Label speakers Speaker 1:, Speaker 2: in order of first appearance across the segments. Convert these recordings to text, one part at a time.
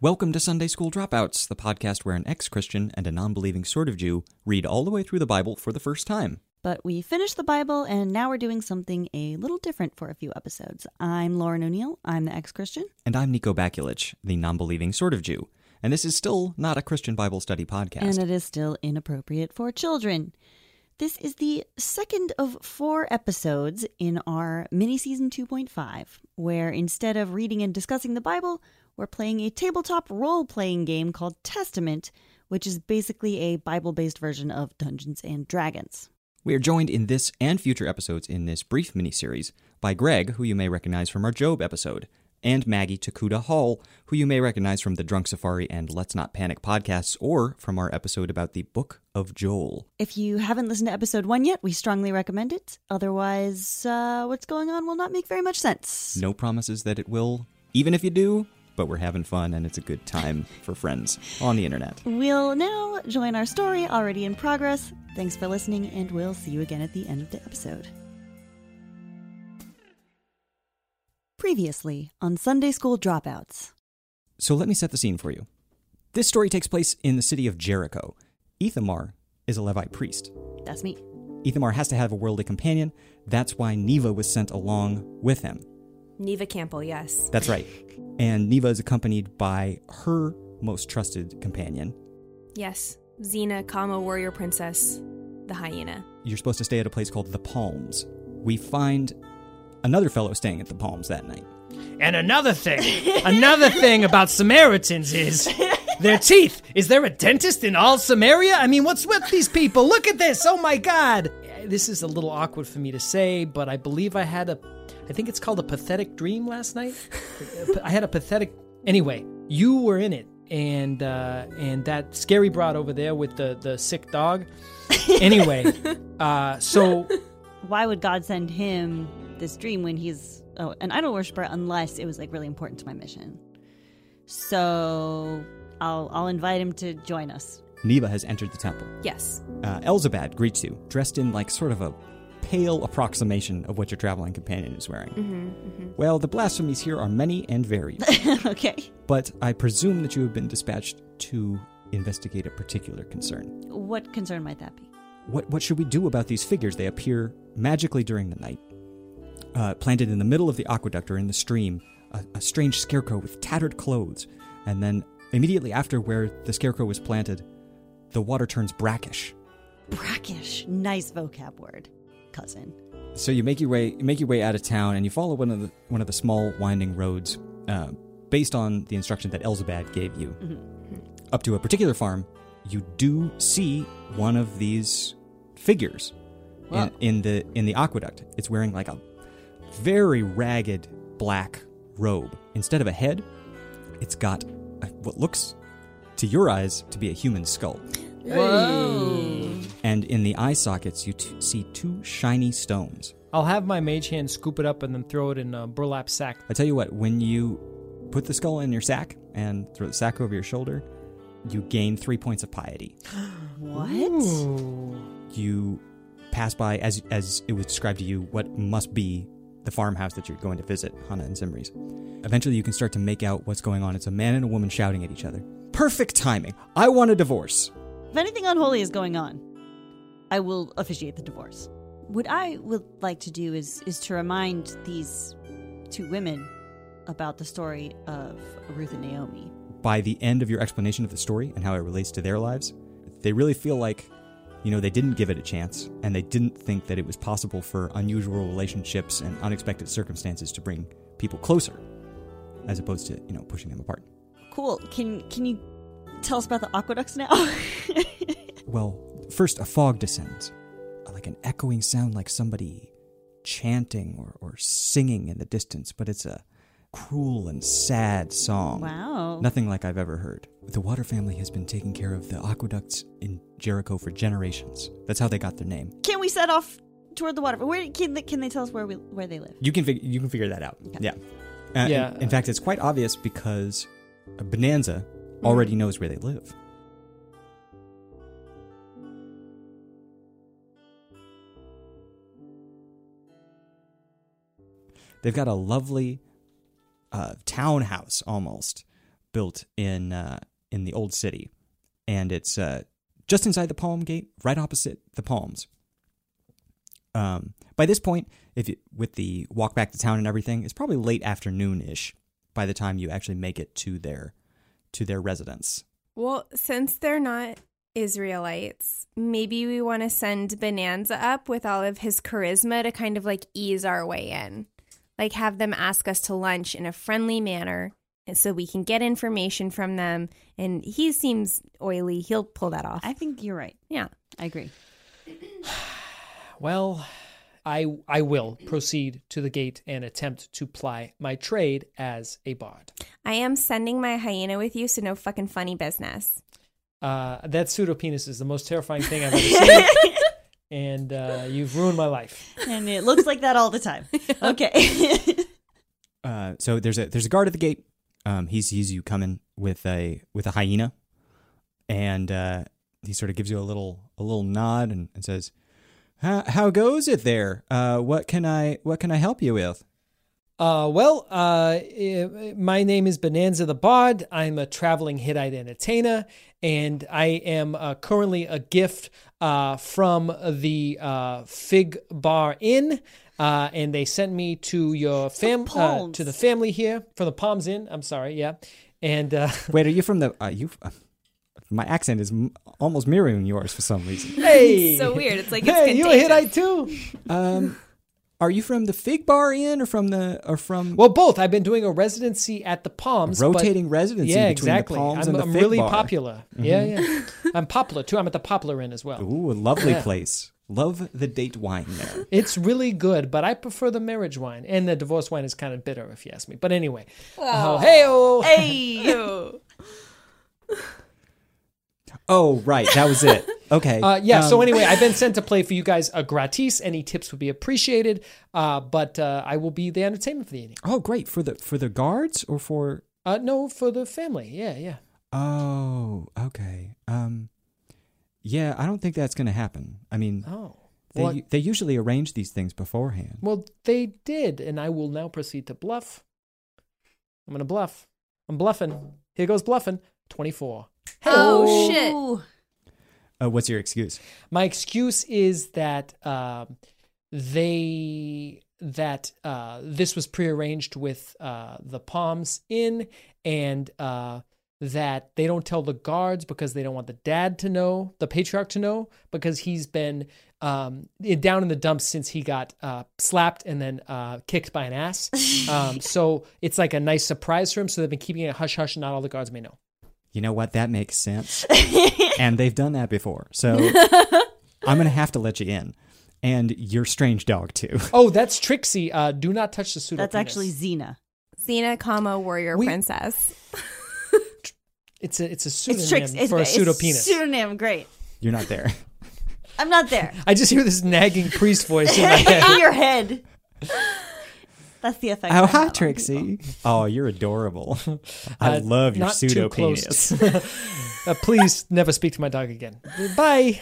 Speaker 1: Welcome to Sunday School Dropouts, the podcast where an ex Christian and a non believing sort of Jew read all the way through the Bible for the first time.
Speaker 2: But we finished the Bible and now we're doing something a little different for a few episodes. I'm Lauren O'Neill. I'm the ex Christian.
Speaker 1: And I'm Nico Bakulich, the non believing sort of Jew. And this is still not a Christian Bible study podcast.
Speaker 2: And it is still inappropriate for children. This is the second of four episodes in our mini season 2.5, where instead of reading and discussing the Bible, we're playing a tabletop role playing game called Testament, which is basically a Bible based version of Dungeons and Dragons.
Speaker 1: we are joined in this and future episodes in this brief miniseries by Greg, who you may recognize from our Job episode, and Maggie Takuda Hall, who you may recognize from the Drunk Safari and Let's Not Panic podcasts or from our episode about the Book of Joel.
Speaker 2: If you haven't listened to episode one yet, we strongly recommend it. Otherwise, uh, what's going on will not make very much sense.
Speaker 1: No promises that it will, even if you do, but we're having fun and it's a good time for friends on the internet.
Speaker 2: We'll now join our story already in progress. Thanks for listening, and we'll see you again at the end of the episode. Previously on Sunday School Dropouts.
Speaker 1: So let me set the scene for you. This story takes place in the city of Jericho. Ithamar is a Levite priest.
Speaker 2: That's me.
Speaker 1: Ithamar has to have a worldly companion. That's why Neva was sent along with him.
Speaker 3: Neva Campbell, yes.
Speaker 1: That's right. And Neva is accompanied by her most trusted companion.
Speaker 3: Yes. Xena, comma, warrior princess, the hyena.
Speaker 1: You're supposed to stay at a place called the Palms. We find another fellow staying at the Palms that night.
Speaker 4: And another thing, another thing about Samaritans is their teeth. Is there a dentist in all Samaria? I mean, what's with these people? Look at this. Oh my God. This is a little awkward for me to say, but I believe I had a, I think it's called a pathetic dream last night. I had a pathetic. Anyway, you were in it, and uh, and that scary broad over there with the the sick dog. Anyway, uh, so
Speaker 2: Why would God send him this dream when he's oh, an idol worshiper unless it was like really important to my mission? So I'll I'll invite him to join us.
Speaker 1: Neva has entered the temple.
Speaker 3: Yes.
Speaker 1: Uh, Elzabad greets you, dressed in like sort of a pale approximation of what your traveling companion is wearing. Well, the blasphemies here are many and varied,
Speaker 2: okay.
Speaker 1: but I presume that you have been dispatched to investigate a particular concern.
Speaker 2: What concern might that be?
Speaker 1: What what should we do about these figures? They appear magically during the night, uh, planted in the middle of the aqueduct or in the stream. A, a strange scarecrow with tattered clothes, and then immediately after where the scarecrow was planted, the water turns brackish.
Speaker 2: Brackish. Nice vocab word, cousin.
Speaker 1: So you make your way you make your way out of town, and you follow one of the one of the small winding roads, uh, based on the instruction that Elzabad gave you, up to a particular farm. You do see one of these figures in,
Speaker 2: Wow.
Speaker 1: in the in the aqueduct. It's wearing like a very ragged black robe. Instead of a head, it's got a, what looks to your eyes to be a human skull,
Speaker 2: Whoa.
Speaker 1: and in the eye sockets you t- see two shiny stones.
Speaker 4: I'll have my mage hand scoop it up and then throw it in a burlap sack.
Speaker 1: I tell you what, when you put the skull in your sack and throw the sack over your shoulder, you gain three points of piety.
Speaker 2: What?
Speaker 1: You pass by, as as it was described to you, what must be the farmhouse that you're going to visit, Hannah and Zimri's. Eventually, you can start to make out what's going on. It's a man and a woman shouting at each other. Perfect timing. I want a divorce.
Speaker 2: If anything unholy is going on, I will officiate the divorce. What I would like to do is is to remind these two women about the story of Ruth and Naomi.
Speaker 1: by the end of your explanation of the story and how it relates to their lives, they really feel like, you know, they didn't give it a chance and they didn't think that it was possible for unusual relationships and unexpected circumstances to bring people closer as opposed to, you know, pushing them apart.
Speaker 2: Cool. Can can you tell us about the aqueducts now?
Speaker 1: Well, first a fog descends, like an echoing sound like somebody chanting or, or singing in the distance, but it's a cruel and sad song.
Speaker 2: wow.
Speaker 1: Nothing like I've ever heard. The Water family has been taking care of the aqueducts in Jericho for generations. That's how they got their name.
Speaker 2: Can we set off toward the water? Where can they, can they tell us where we where they live?
Speaker 1: You can fig- you can figure that out. Yeah. Uh, in-
Speaker 4: Yeah,
Speaker 1: In,
Speaker 4: uh,
Speaker 1: fact, it's quite obvious because Bonanza already knows where they live. They've got a lovely uh, townhouse almost built in uh, in the old city, and it's uh, just inside the Palm Gate, right opposite the Palms. Um, by this point, if you, with the walk back to town and everything, it's probably late afternoon ish by the time you actually make it to their to their residence.
Speaker 3: Well, since they're not Israelites, maybe we want to send Bonanza up with all of his charisma to kind of like ease our way in. Like have them ask us to lunch in a friendly manner and so we can get information from them. And he seems oily. He'll pull that off.
Speaker 2: I think you're right.
Speaker 3: yeah.
Speaker 2: I agree.
Speaker 4: Well, I I will proceed to the gate and attempt to ply my trade as a bard.
Speaker 3: I am sending my hyena with you, so no fucking funny business.
Speaker 4: Uh, that pseudo penis is the most terrifying thing I've ever seen, and uh, you've ruined my life.
Speaker 2: And it looks like that all the time. Okay.
Speaker 1: Uh, so there's a there's a guard at the gate. Um, he sees you coming with a with a hyena, and uh, he sort of gives you a little a little nod and, and says, how, "How goes it there? Uh, what can I what can I help you with?"
Speaker 4: Uh, well, uh, eh, my name is Bonanza the Bard. I'm a traveling Hittite entertainer, and I am uh, currently a gift uh, from the uh, Fig Bar Inn. Uh, and they sent me to your fam uh,
Speaker 2: Palms.
Speaker 4: to the family here from the Palms Inn. I'm sorry, yeah. And uh,
Speaker 1: Wait, are you from the? Uh, you, uh, my accent is m- almost mirroring yours for some reason.
Speaker 4: hey,
Speaker 3: So weird. It's like it's
Speaker 4: hey, you a
Speaker 3: contagious.
Speaker 4: Hittite too?
Speaker 1: Um, are you from the Fig Bar Inn or from the or from
Speaker 4: Well, both. I've been doing a residency at the Palms, but-
Speaker 1: rotating residency
Speaker 4: yeah,
Speaker 1: between
Speaker 4: exactly.
Speaker 1: the Palms
Speaker 4: I'm,
Speaker 1: and the
Speaker 4: I'm
Speaker 1: Fig
Speaker 4: really
Speaker 1: Bar? Mm-hmm.
Speaker 4: popular. Yeah, yeah. I'm popular too. I'm at the Poplar Inn as well.
Speaker 1: Ooh, a lovely
Speaker 4: Yeah.
Speaker 1: place. Love the date wine there.
Speaker 4: It's really good, but I prefer the marriage wine, and the divorce wine is kind of bitter, if you ask me. But anyway, oh, hey, oh,
Speaker 2: hey.
Speaker 1: Oh, right, that was it. Okay.
Speaker 4: uh, yeah. so
Speaker 1: um,
Speaker 4: anyway, I've been sent to play for you guys a gratis. Any tips would be appreciated. Uh, but uh, I will be the entertainment for the evening.
Speaker 1: Oh, great for the for the guards or for
Speaker 4: Uh, no, for the family. Yeah, yeah.
Speaker 1: oh okay um yeah I don't think that's gonna happen. I mean
Speaker 4: Oh,
Speaker 1: they
Speaker 4: well,
Speaker 1: they usually arrange these things beforehand.
Speaker 4: well, they did, and I will now proceed to bluff. I'm gonna bluff. I'm bluffing. Here goes bluffing. Twenty-four.
Speaker 3: Oh, shit.
Speaker 1: Uh, what's your excuse?
Speaker 4: My excuse is that um, they that uh, this was prearranged with uh, the Palms Inn, and uh, that they don't tell the guards because they don't want the dad to know, the patriarch to know, because he's been um, i- down in the dumps since he got uh, slapped and then uh, kicked by an ass. Um, so it's like a nice surprise for him. So they've been keeping it hush hush, and not all the guards may know.
Speaker 1: You know what? That makes sense. and they've done that before. So I'm going to have to let you in. And your strange dog, too.
Speaker 4: Oh, that's Trixie. Uh, do not touch the pseudo.
Speaker 2: That's actually Xena.
Speaker 3: Xena, comma, warrior
Speaker 4: We-
Speaker 3: princess.
Speaker 4: It's a it's a pseudonym
Speaker 2: It's tricks. It's,
Speaker 4: for
Speaker 2: it's
Speaker 4: a pseudo penis.
Speaker 2: Pseudonym. Great.
Speaker 1: You're not there.
Speaker 2: I'm not there.
Speaker 4: I just hear this nagging priest voice in my head.
Speaker 2: In your head. That's the effect. I
Speaker 1: Oh,
Speaker 2: have
Speaker 1: hi,
Speaker 2: on people.
Speaker 1: Trixie. Oh, you're adorable. I
Speaker 4: Uh,
Speaker 1: love your
Speaker 4: not too
Speaker 1: pseudo
Speaker 4: close.
Speaker 1: penis.
Speaker 4: Uh, please never speak to my dog again. Bye.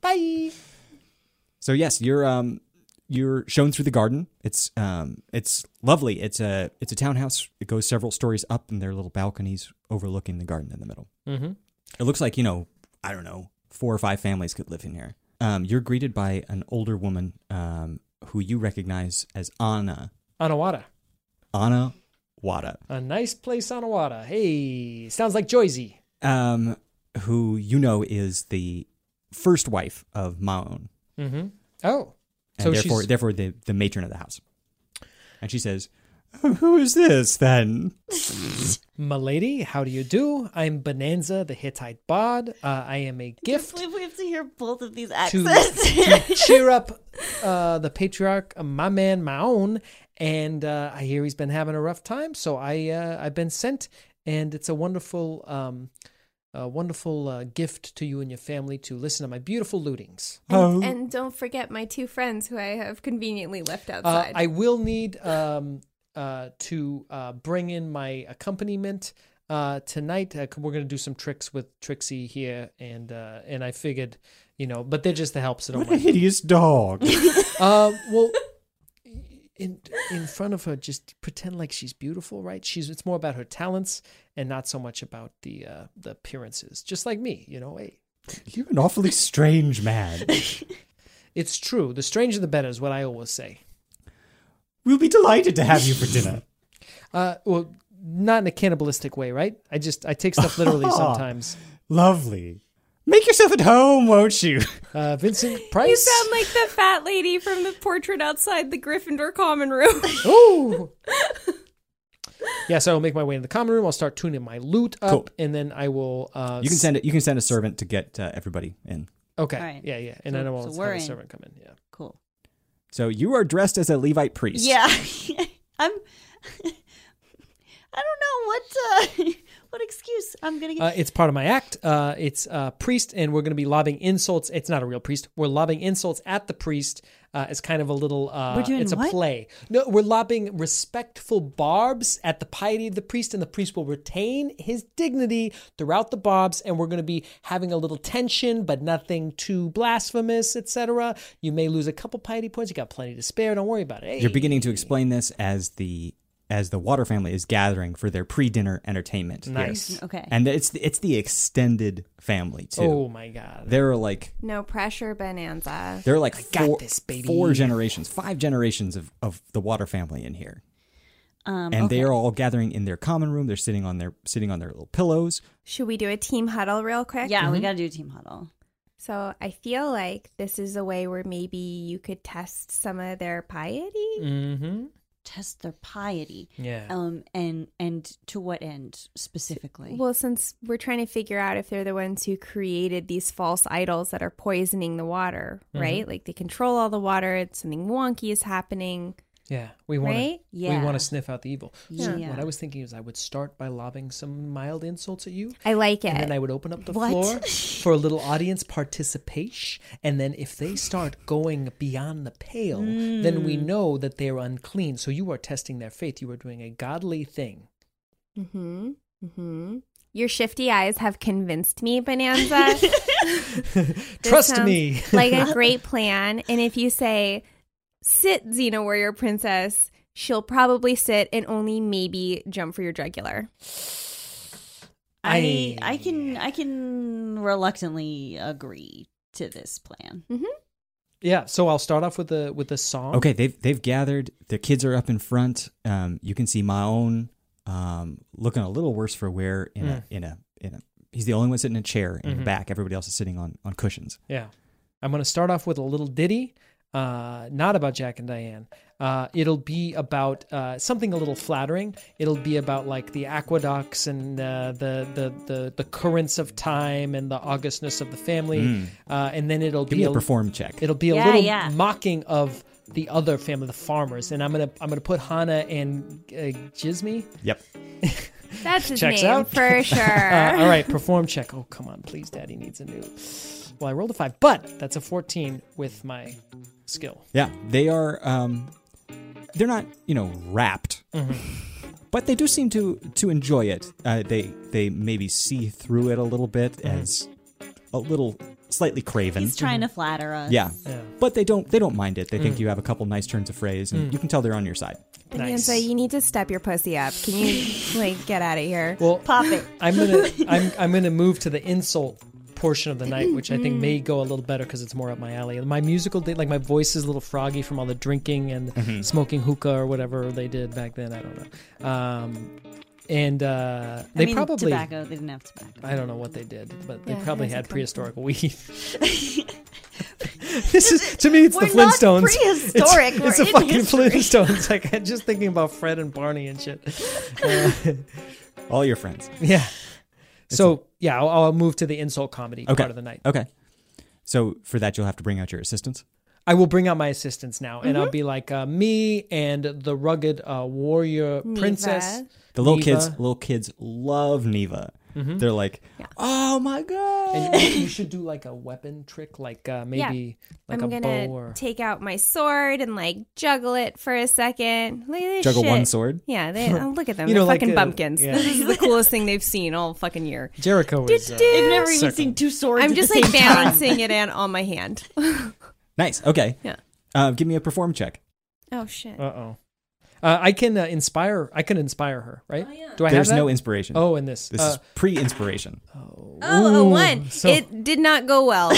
Speaker 4: Bye.
Speaker 1: So yes, you're um you're shown through the garden. It's um it's lovely. It's a it's a townhouse. It goes several stories up, and there are little balconies overlooking the garden in the middle.
Speaker 4: Mhm.
Speaker 1: It looks like you know I don't know four or five families could live in here. Um, you're greeted by an older woman um who you recognize as Anna.
Speaker 4: Anawada.
Speaker 1: Anna Wada,
Speaker 4: A nice place on Awada. Hey, sounds like Joyzy.
Speaker 1: um, who you know is the first wife of Maon,
Speaker 4: Mm-hmm. Oh,
Speaker 1: and
Speaker 4: so
Speaker 1: therefore,
Speaker 4: she's
Speaker 1: therefore the, the matron of the house. And she says, "Oh, Who is this then?
Speaker 4: Milady. How do you do? I'm Bonanza, the Hittite bod. Uh, I am a gift
Speaker 2: we have to hear both of these
Speaker 4: to,
Speaker 2: accents.
Speaker 4: to cheer up uh, the patriarch, uh, my man Maon. And uh, I hear he's been having a rough time, so I uh, I've been sent, and it's a wonderful um, a wonderful uh, gift to you and your family to listen to my beautiful lutings.
Speaker 1: Oh,
Speaker 3: And don't forget my two friends who I have conveniently left
Speaker 4: Uh,
Speaker 3: outside.
Speaker 4: I will need um, uh, to uh, bring in my accompaniment uh, tonight. Uh, 'cause we're going to do some tricks with Trixie here, and uh, and I figured, you know, but they're just the help, so don't
Speaker 1: what a
Speaker 4: worry.
Speaker 1: hideous dog.
Speaker 4: uh, well, in in front of her, just pretend like she's beautiful, right? She's it's more about her talents and not so much about the uh, the appearances. Just like me, you know. Hey,
Speaker 1: You're an awfully strange man.
Speaker 4: it's true. The stranger the better is what I always say.
Speaker 1: We'll be delighted to have you for dinner.
Speaker 4: Uh, well, not in a cannibalistic way, right? I just I take stuff literally sometimes.
Speaker 1: Lovely. Make yourself at home, won't you?
Speaker 4: Uh, Vincent
Speaker 3: you
Speaker 4: Price.
Speaker 3: sound like the fat lady from the portrait outside the Gryffindor common room.
Speaker 4: Ooh. yeah, so I'll make my way into the common room. I'll start tuning my loot up,
Speaker 1: Cool.
Speaker 4: and then I will. Uh,
Speaker 1: You can send it. You can send a servant to get uh, everybody in.
Speaker 4: Okay.
Speaker 2: All right.
Speaker 4: Yeah, yeah,
Speaker 2: So-
Speaker 4: and then I will
Speaker 2: so
Speaker 4: have
Speaker 2: we're
Speaker 4: a
Speaker 2: in.
Speaker 4: servant come in. Yeah.
Speaker 2: cool.
Speaker 1: So you are dressed as a Levite priest.
Speaker 2: Yeah, I'm. I don't know what uh, what excuse I'm gonna get.
Speaker 4: Uh, it's part of my act. Uh, it's uh, priest, and we're going to be lobbing insults. It's not a real priest. We're lobbing insults at the priest. Uh, it's kind of a little. Uh,
Speaker 2: We're doing
Speaker 4: it's a
Speaker 2: what?
Speaker 4: play. No, we're lobbing respectful barbs at the piety of the priest, and the priest will retain his dignity throughout the barbs. And we're going to be having a little tension, but nothing too blasphemous, etc. You may lose a couple piety points. You got plenty to spare. Don't worry about it. Hey.
Speaker 1: You're beginning to explain this as the as the Water family is gathering for their pre-dinner entertainment. here.
Speaker 4: Nice.
Speaker 2: okay.
Speaker 1: And it's it's the extended family too.
Speaker 4: Oh my god.
Speaker 1: There are like
Speaker 3: no pressure, Bonanza.
Speaker 1: there are like
Speaker 4: got
Speaker 1: four,
Speaker 4: this, baby.
Speaker 1: four generations, five generations of of the Water family in here.
Speaker 2: um,
Speaker 1: and they
Speaker 2: okay.
Speaker 1: are all gathering in their common room. They're sitting on their sitting on their little pillows.
Speaker 3: Should we do a team huddle real quick?
Speaker 2: Yeah,
Speaker 4: Mm-hmm.
Speaker 2: we gotta do a team huddle.
Speaker 3: So I feel like this is a way where maybe you could test some of their piety.
Speaker 4: Mm-hmm.
Speaker 2: Test their piety.
Speaker 4: Yeah.
Speaker 2: Um, and and to what end specifically?
Speaker 3: Well, since we're trying to figure out if they're the ones who created these false idols that are poisoning the water,
Speaker 4: Mm-hmm.
Speaker 3: right? Like they control all the water, it's something wonky is happening.
Speaker 4: Yeah, we want
Speaker 3: Right?
Speaker 4: to we want
Speaker 2: Yeah.
Speaker 4: to sniff out the evil. So
Speaker 2: Yeah.
Speaker 4: what I was thinking is I would start by lobbing some mild insults at you.
Speaker 3: I like it.
Speaker 4: And then I would open up the
Speaker 2: What?
Speaker 4: floor for a little audience participation. And then if they start going beyond the pale, then
Speaker 2: Mm.
Speaker 4: we know that they are unclean. So you are testing their faith. You are doing a godly thing.
Speaker 3: Mm-hmm. Mm-hmm. Your shifty eyes have convinced me, Bonanza. This
Speaker 4: Trust
Speaker 3: sounds
Speaker 4: me.
Speaker 3: like a great plan. And if you say, sit, Xena Warrior Princess, she'll probably sit and only maybe jump for your jugular.
Speaker 2: I
Speaker 4: I-
Speaker 2: I can I can reluctantly agree to this plan.
Speaker 4: yeah. So I'll start off with the with the song.
Speaker 1: Okay, they've they've gathered. The kids are up in front. Um, you can see Maon um, looking a little worse for wear in
Speaker 4: Mm.
Speaker 1: a in a in a. He's the only one sitting in a chair in the
Speaker 4: Mhm.
Speaker 1: back. Everybody else is sitting on on cushions.
Speaker 4: Yeah. I'm going to start off with a little ditty, uh, not about Jack and Diane. Uh, it'll be about uh, something a little flattering. It'll be about like the aqueducts and uh, the, the the the currents of time and the augustness of the family. Uh, and then it'll
Speaker 1: Hmm. Give
Speaker 4: be
Speaker 1: me a
Speaker 4: a-
Speaker 1: perform check.
Speaker 4: It'll be a
Speaker 2: Yeah,
Speaker 4: little
Speaker 2: yeah.
Speaker 4: mocking of the other family, the farmers. And I'm gonna I'm gonna put Hana and uh, Jizmi.
Speaker 1: Yep.
Speaker 3: That's his
Speaker 4: Checks
Speaker 3: name
Speaker 4: out.
Speaker 3: for sure.
Speaker 4: Uh, all right, perform check. Oh come on, please, Daddy needs a new. Well, I rolled a five, but that's a 14 with my skill.
Speaker 1: Yeah, they are. Um, they're not you know wrapped,
Speaker 4: Mm-hmm.
Speaker 1: but they do seem to to enjoy it. Uh, they they maybe see through it a little bit
Speaker 4: Mm-hmm.
Speaker 1: as a little slightly craven.
Speaker 2: He's trying to flatter us.
Speaker 1: Yeah.
Speaker 4: Yeah.
Speaker 1: But they don't they don't mind it. They
Speaker 4: Mm.
Speaker 1: think you have a couple nice turns of phrase and you can tell they're on your side.
Speaker 3: Bonanza,
Speaker 4: Nice.
Speaker 3: you need to step your pussy up. Can you, like, get out of here?
Speaker 4: Well,
Speaker 2: Pop it.
Speaker 4: I'm gonna I'm I'm gonna move to the insult portion of the night, which I think
Speaker 2: Mm-hmm.
Speaker 4: may go a little better because it's more up my alley. My musical, day, like my voice is a little froggy from all the drinking and smoking hookah or whatever they did back then. I don't know. Um, and uh, they
Speaker 2: I mean,
Speaker 4: probably
Speaker 2: tobacco. They didn't have tobacco.
Speaker 4: I don't know what they did, but
Speaker 3: Yeah,
Speaker 4: they probably
Speaker 3: how's it
Speaker 4: had
Speaker 3: come
Speaker 4: prehistoric weed. this is to me, it's the
Speaker 2: We're not
Speaker 4: Flintstones. It's-
Speaker 2: prehistoric,
Speaker 4: It's,
Speaker 2: we're
Speaker 4: the
Speaker 2: in
Speaker 4: fucking
Speaker 2: history.
Speaker 4: Flintstones. Like I'm just thinking about Fred and Barney and shit. Uh,
Speaker 1: All your friends.
Speaker 4: yeah. So yeah, I'll, I'll move to the insult comedy
Speaker 1: Okay.
Speaker 4: part of the night.
Speaker 1: Okay. So for that, you'll have to bring out your assistants.
Speaker 4: I will bring out my assistants now, and
Speaker 2: Mm-hmm.
Speaker 4: I'll be like uh, me and the rugged uh, warrior princess.
Speaker 3: Neva.
Speaker 1: The little
Speaker 4: Neva. Mm-hmm.
Speaker 1: kids, little kids love Neva. They're like, oh my god.
Speaker 4: And you, you should do like a weapon trick, like uh, maybe like
Speaker 3: I'm
Speaker 4: a
Speaker 3: gonna
Speaker 4: bow or
Speaker 3: take out my sword and like juggle it for a second. Look at this
Speaker 1: Juggle one
Speaker 3: shit.
Speaker 1: sword?
Speaker 3: Yeah, they oh, look at them.
Speaker 4: You
Speaker 3: They're
Speaker 4: know, like
Speaker 3: fucking
Speaker 4: a-
Speaker 3: bumpkins.
Speaker 4: yeah.
Speaker 3: This is the coolest thing they've seen all fucking year.
Speaker 4: Jericho. Is, uh,
Speaker 3: Dude,
Speaker 2: I've never even
Speaker 4: Circle.
Speaker 2: seen two swords.
Speaker 3: I'm
Speaker 2: at
Speaker 3: just
Speaker 2: the
Speaker 3: like
Speaker 2: same time.
Speaker 3: balancing it in on my hand.
Speaker 1: Nice. Okay.
Speaker 3: Yeah.
Speaker 1: Uh, give me a perform check.
Speaker 3: Oh shit.
Speaker 4: Uh oh. Uh, I can uh, inspire. I can inspire her, right?
Speaker 3: Oh,
Speaker 4: Do I
Speaker 1: There's
Speaker 4: have that?
Speaker 1: no inspiration.
Speaker 4: Oh, in this.
Speaker 1: This
Speaker 4: Uh,
Speaker 1: is pre-inspiration.
Speaker 3: Oh, a one.
Speaker 4: so-
Speaker 3: it did not go well.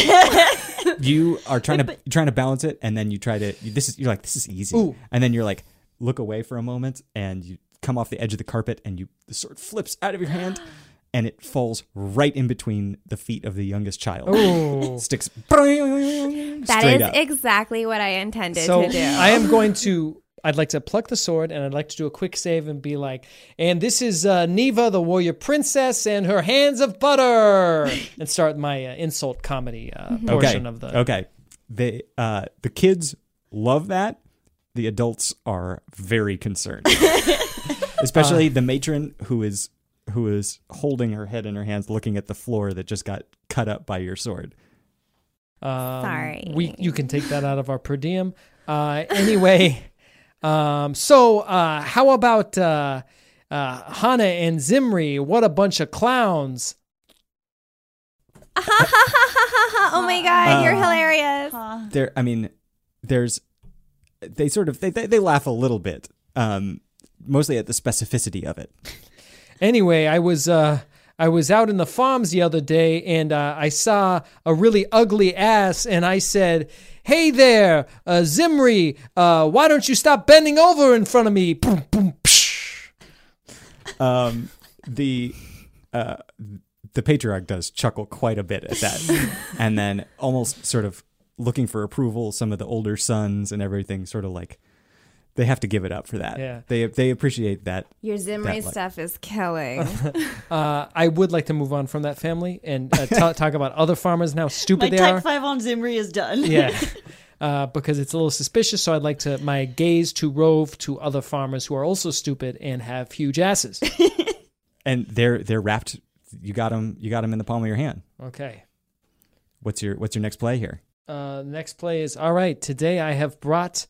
Speaker 1: You are trying to trying to balance it, and then you try to. You, this is you're like this is easy,
Speaker 4: Ooh.
Speaker 1: and then you're like look away for a moment, and you come off the edge of the carpet, and you the sword flips out of your hand, and it falls right in between the feet of the youngest child.
Speaker 4: Ooh.
Speaker 1: Sticks
Speaker 3: That
Speaker 1: straight
Speaker 3: is
Speaker 1: up.
Speaker 3: exactly what I intended
Speaker 4: so
Speaker 3: to do.
Speaker 4: I am going to. I'd like to pluck the sword, and I'd like to do a quick save and be like, "And this is uh, Neva, the warrior princess, and her hands of butter," and start my uh, insult comedy uh,
Speaker 3: Mm-hmm.
Speaker 1: okay.
Speaker 4: portion of the.
Speaker 1: Okay. They uh the kids love that. The adults are very concerned. Especially
Speaker 4: Uh.
Speaker 1: the matron who is who is holding her head in her hands looking at the floor that just got cut up by your sword.
Speaker 4: Um,
Speaker 3: Sorry.
Speaker 4: We you can take that out of our per diem. Uh, anyway, um, so uh, how about uh, uh, Hana and Zimri? What a bunch of clowns!
Speaker 3: oh my god, you're
Speaker 4: Uh,
Speaker 3: hilarious.
Speaker 2: Uh,
Speaker 1: There I mean there's they sort of they they, they laugh a little bit. Um mostly at the specificity of it.
Speaker 4: Anyway, I was uh, I was out in the farms the other day, and uh, I saw a really ugly ass, and I said, "Hey there, uh, Zimri! Uh, why don't you stop bending over in front of me?" Boom, boom, psh.
Speaker 1: Um the uh the patriarch does chuckle quite a bit at that and then almost sort of looking for approval some of the older sons and everything sort of like they have to give it up for that
Speaker 4: Yeah.
Speaker 1: they they appreciate that
Speaker 3: Your Zimri
Speaker 1: That light.
Speaker 3: stuff is killing.
Speaker 4: Uh, I would like to move on from that family and uh, ta- talk about other farmers and how
Speaker 2: My
Speaker 4: stupid they
Speaker 2: type
Speaker 4: are.
Speaker 2: five on Zimri is done.
Speaker 4: yeah uh, because it's a little suspicious so i'd like to my gaze to rove to other farmers who are also stupid and have huge asses
Speaker 1: and they're they're wrapped you got them you got 'em in the palm of your hand
Speaker 4: okay
Speaker 1: what's your what's your next play here
Speaker 4: uh, next play is all right today i have brought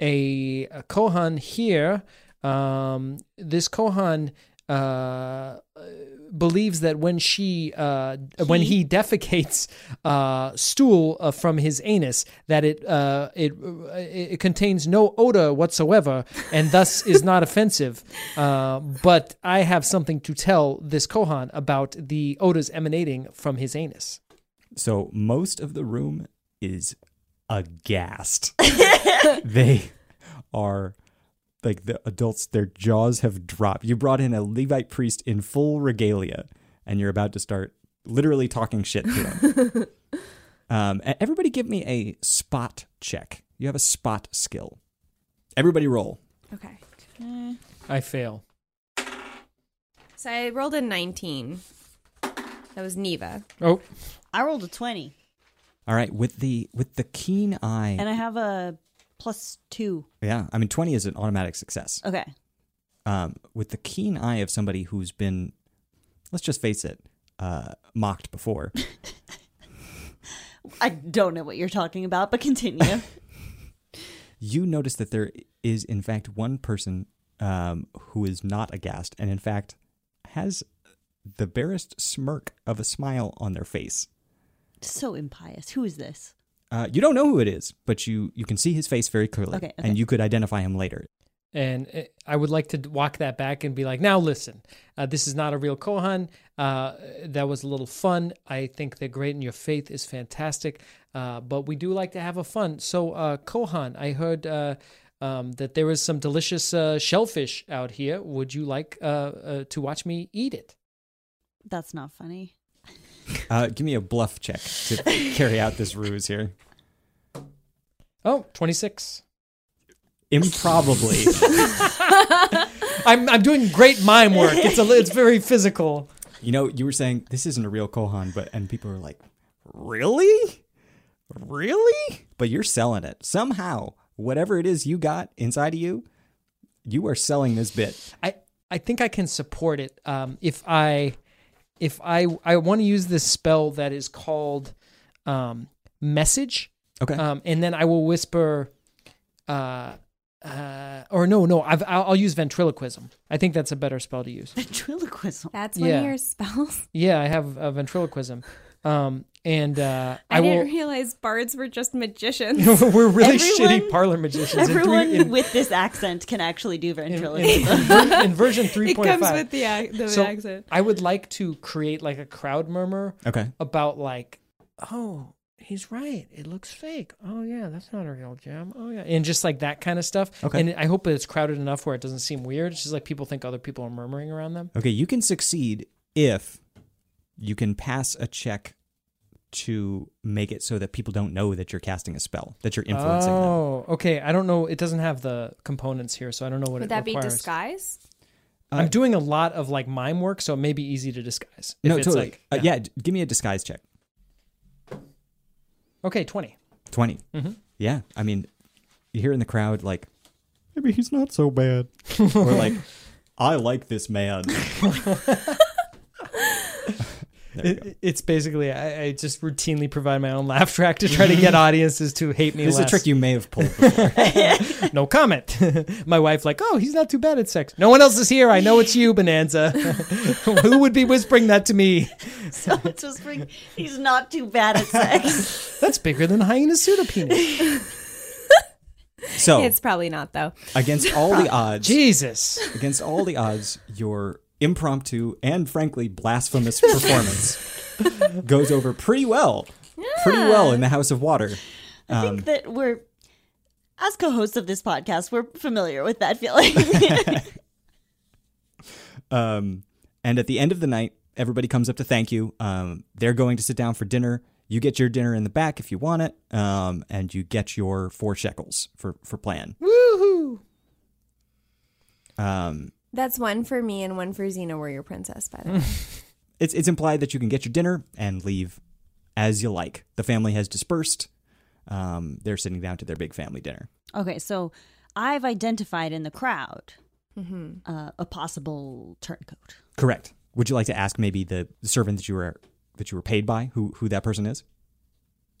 Speaker 4: a, a kohan here um, this kohan uh, believes that when she uh, when he defecates uh, stool uh, from his anus that it uh, it it contains no odor whatsoever and thus is not offensive uh, but i have something to tell this kohan about the odors emanating from his anus
Speaker 1: so most of the room is aghast they are like the adults their jaws have dropped you brought in a levite priest in full regalia and you're about to start literally talking shit to him um, and everybody give me a spot check you have a spot skill everybody roll
Speaker 3: okay.
Speaker 4: i fail
Speaker 3: So I rolled a 19. That was Neva.
Speaker 4: oh
Speaker 2: I rolled a twenty,
Speaker 1: all right with the with the keen eye
Speaker 2: and I have a plus two.
Speaker 1: yeah i mean 20 is an automatic success
Speaker 2: Okay.
Speaker 1: um, with the keen eye of somebody who's been, let's just face it, uh, mocked before.
Speaker 2: I don't know what you're talking about, but continue.
Speaker 1: you notice that there is, in fact, one person um, who is not aghast and, in fact, has the barest smirk of a smile on their face.
Speaker 2: so impious. Who is this?
Speaker 1: Uh, you don't know who it is, but you, you can see his face very clearly,
Speaker 2: Okay, okay.
Speaker 1: and you could identify him later.
Speaker 4: And uh, I would like to walk that back and be like, now listen, uh, this is not a real Kohan. Uh, that was a little fun. I think they're great, and your faith is fantastic. Uh, but we do like to have a fun. So, uh, Kohan, I heard uh, um, that there is some delicious uh, shellfish out here. Would you like uh, uh, to watch me eat it?
Speaker 2: That's not funny.
Speaker 1: Uh, give me a bluff check to carry out this ruse here.
Speaker 4: Oh, 26.
Speaker 1: Improbably.
Speaker 4: I'm, I'm doing great mime work. It's, a, li- it's very physical.
Speaker 1: you know, you were saying this isn't a real Kohan, but and people are like, really, really? But you're selling it somehow. Whatever it is you got inside of you, you are selling this bit.
Speaker 4: I I think I can support it. Um, if I if I I want to use this spell that is called um, message,
Speaker 1: Okay.
Speaker 4: um, and then I will whisper. Uh, uh, or no, no, I've, I'll, I'll use ventriloquism. I think that's a better spell to use.
Speaker 2: Ventriloquism.
Speaker 3: That's one
Speaker 4: Yeah.
Speaker 3: of your spells.
Speaker 4: Yeah, I have uh, ventriloquism, um, and uh,
Speaker 3: I,
Speaker 4: I, will.
Speaker 3: didn't realize bards were just magicians.
Speaker 4: we're really shitty
Speaker 2: Everyone-
Speaker 4: parlor magicians. in three-
Speaker 2: Everyone
Speaker 4: in-
Speaker 2: with this accent can actually do
Speaker 4: in- in-
Speaker 2: ventriloquism.
Speaker 4: in- in version three
Speaker 3: it
Speaker 4: point five.
Speaker 3: comes with the, ac- the
Speaker 4: so
Speaker 3: accent.
Speaker 4: I would like to create like a crowd murmur
Speaker 1: Okay.
Speaker 4: about like, oh, he's right. It looks fake. Oh yeah, that's not a real gem. Oh yeah, and just like that kind of stuff.
Speaker 1: Okay.
Speaker 4: And I hope that it's crowded enough where it doesn't seem weird. It's just like people think other people are murmuring around them.
Speaker 1: Okay. You can succeed if you can pass a check to make it so that people don't know that you're casting a spell, that you're influencing them.
Speaker 4: oh, okay. I don't know. It doesn't have the components here, so I don't know what
Speaker 3: Would
Speaker 4: it
Speaker 3: that be
Speaker 4: requires.
Speaker 3: disguise?
Speaker 4: I'm doing a lot of like mime work, so it may be easy to disguise. If
Speaker 1: No,
Speaker 4: it's
Speaker 1: totally.
Speaker 4: Like,
Speaker 1: Uh, yeah. d- give me a disguise check.
Speaker 4: Okay, twenty.
Speaker 1: 20. Yeah. I mean, you hear in the crowd, like, maybe he's not so bad. or like, I like this man. there you
Speaker 4: It-
Speaker 1: go.
Speaker 4: it- it's basically I, I just routinely provide my own laugh track to try to get audiences to hate me.
Speaker 1: This is a
Speaker 4: less.
Speaker 1: trick you may have pulled before.
Speaker 4: no comment. My wife like, oh, he's not too bad at sex. No one else is here. I know it's you, Bonanza. Who would be whispering that to me?
Speaker 2: so it's just like, he's not too bad at sex.
Speaker 4: That's bigger than hyena pseudopenis.
Speaker 1: So,
Speaker 4: Oh.
Speaker 3: It's probably not though.
Speaker 1: against all the odds,
Speaker 4: Jesus.
Speaker 1: against all the odds, your impromptu and frankly blasphemous performance goes over pretty well. Pretty well in the House of Water.
Speaker 2: I think that we're, as co hosts of this podcast, we're familiar with that feeling.
Speaker 1: Um, and at the end of the night, everybody comes up to thank you. Um, they're going to sit down for dinner. You get your dinner in the back if you want it, um, and you get your four shekels for for plan.
Speaker 4: Woohoo.
Speaker 1: Um,
Speaker 3: That's one for me and one for Xena. We're your princess, by the way.
Speaker 1: it's it's implied that you can get your dinner and leave as you like. The family has dispersed. Um, they're sitting down to their big family dinner.
Speaker 2: okay, so I've identified in the crowd uh, a possible turncoat.
Speaker 1: Correct. Would you like to ask maybe the servant that you were that you were paid by who who that person is?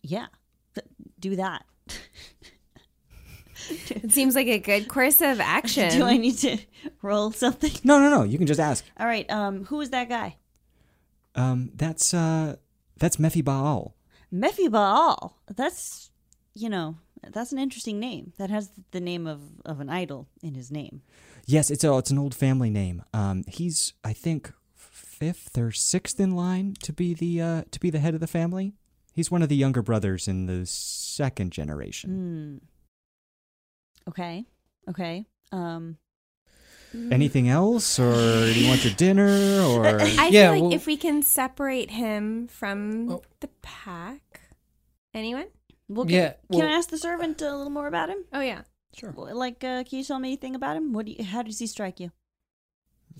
Speaker 2: Yeah, th- do that.
Speaker 3: it seems like a good course of action.
Speaker 2: Do I need to roll something?
Speaker 1: No, no, no. You can just ask.
Speaker 2: All right, um, who is that guy?
Speaker 1: Um, that's uh, that's Mephi Baal.
Speaker 2: Mephi Baal. That's, you know, that's an interesting name. That has the name of, of an idol in his name.
Speaker 1: Yes, it's a, it's an old family name. Um, he's I think fifth or sixth in line to be the uh, to be the head of the family. He's one of the younger brothers in the second generation,
Speaker 2: Hmm. Okay. Okay. Um.
Speaker 1: Anything else, or do you want your dinner, or
Speaker 3: I
Speaker 4: Yeah,
Speaker 3: feel like
Speaker 4: well-
Speaker 3: if we can separate him from
Speaker 4: Oh.
Speaker 3: the pack, anyone?
Speaker 2: Well, can,
Speaker 4: Yeah, well-
Speaker 2: can I ask the servant a little more about him?
Speaker 3: Oh yeah,
Speaker 4: Sure.
Speaker 2: Well, Like, uh, can you tell me anything about him? What do you? How does he strike you?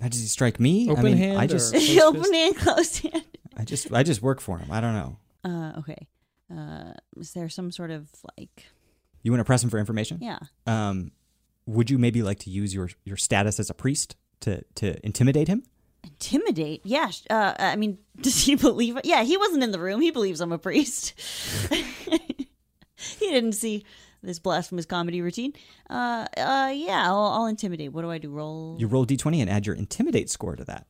Speaker 1: how does he strike me?
Speaker 4: Open
Speaker 1: I mean,
Speaker 4: hand
Speaker 1: I just,
Speaker 4: or- Close
Speaker 2: Open
Speaker 4: fist?
Speaker 2: hand, closed hand.
Speaker 1: I just, I just work for him. I don't know.
Speaker 2: Uh. Okay. Uh. Is there some sort of like?
Speaker 1: You want to press him for information?
Speaker 2: Yeah.
Speaker 1: Um, would you maybe like to use your your status as a priest to to intimidate him?
Speaker 2: Intimidate? Yeah. sh- Uh. I mean, does he believe? Yeah. He wasn't in the room. He believes I'm a priest. he didn't see this blasphemous comedy routine. Uh. Uh. Yeah. I'll, I'll intimidate. What do I do? Roll.
Speaker 1: You roll d twenty and add your intimidate score to that.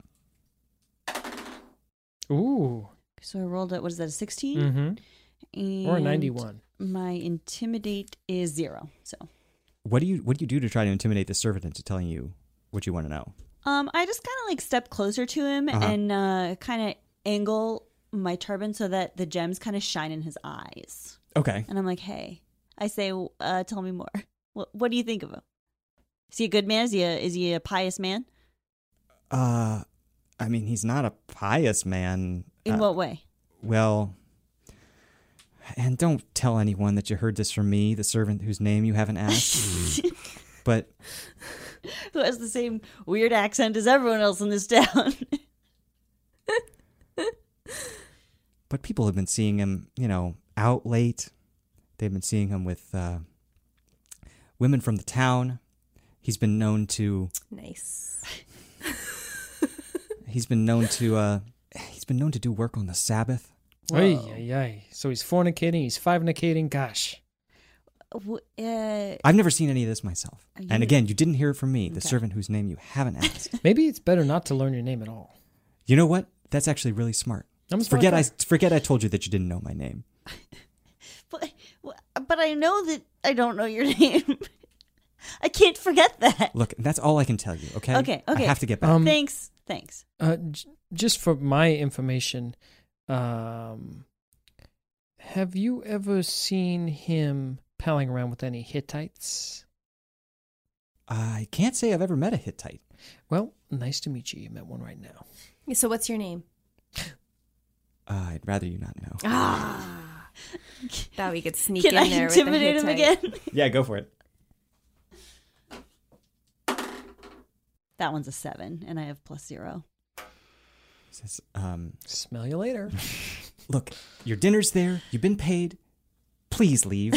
Speaker 4: Ooh.
Speaker 2: So I rolled at what is that a 16
Speaker 4: Mm-hmm.
Speaker 2: And
Speaker 4: Or a 91.
Speaker 2: My intimidate is zero. So
Speaker 1: What do you what do you do to try to intimidate the servant into telling you what you want to know?
Speaker 2: Um, I just kind of like step closer to him and uh, kind of angle my turban so that the gems kind of shine in his eyes.
Speaker 1: Okay.
Speaker 2: And I'm like, hey, I say, uh, tell me more. What, what do you think of him? Is he a good man? Is he a, is he a pious man?
Speaker 1: Uh, I mean, he's not a pious man.
Speaker 2: In
Speaker 1: Uh,
Speaker 2: what way?
Speaker 1: Well, and don't tell anyone that you heard this from me, the servant whose name you haven't asked. but
Speaker 2: Who has the same weird accent as everyone else in this town?
Speaker 1: but people have been seeing him, you know, out late. They've been seeing him with uh, women from the town. He's been known to
Speaker 3: Nice.
Speaker 1: he's been known to uh, he's been known to do work on the Sabbath.
Speaker 4: Ay, ay, ay. So he's fornicating, he's fivenicating. Gosh.
Speaker 2: W- uh,
Speaker 1: I've never seen any of this myself.
Speaker 2: Are
Speaker 1: And
Speaker 2: Uh, you-
Speaker 1: again, you didn't hear it from me, the
Speaker 2: Okay.
Speaker 1: servant whose name you haven't asked.
Speaker 4: Maybe it's better not to learn your name at all.
Speaker 1: you know what? That's actually really smart.
Speaker 4: I'm a smart
Speaker 1: forget
Speaker 4: guy.
Speaker 1: I forget I told you that you didn't know my name.
Speaker 2: but, but I know that I don't know your name. I can't forget that.
Speaker 1: Look, that's all I can tell you. Okay.
Speaker 2: Okay, okay.
Speaker 1: I have to get back.
Speaker 4: Um,
Speaker 2: thanks. Thanks.
Speaker 4: Uh, j- just for my information, um, have you ever seen him palling around with any Hittites?
Speaker 1: I can't say I've ever met a Hittite.
Speaker 4: Well, nice to meet you. You met one right now.
Speaker 3: So what's your name?
Speaker 1: Uh, I'd rather you not know.
Speaker 3: Ah. Thought we could sneak
Speaker 2: Can
Speaker 3: in
Speaker 2: I
Speaker 3: there.
Speaker 2: intimidate
Speaker 3: with
Speaker 2: him
Speaker 3: the Hittite.
Speaker 2: again?
Speaker 1: yeah, go for it.
Speaker 2: that one's a seven, and I have plus zero.
Speaker 1: Says, um,
Speaker 4: Smell you later.
Speaker 1: look, your dinner's there. You've been paid. Please leave.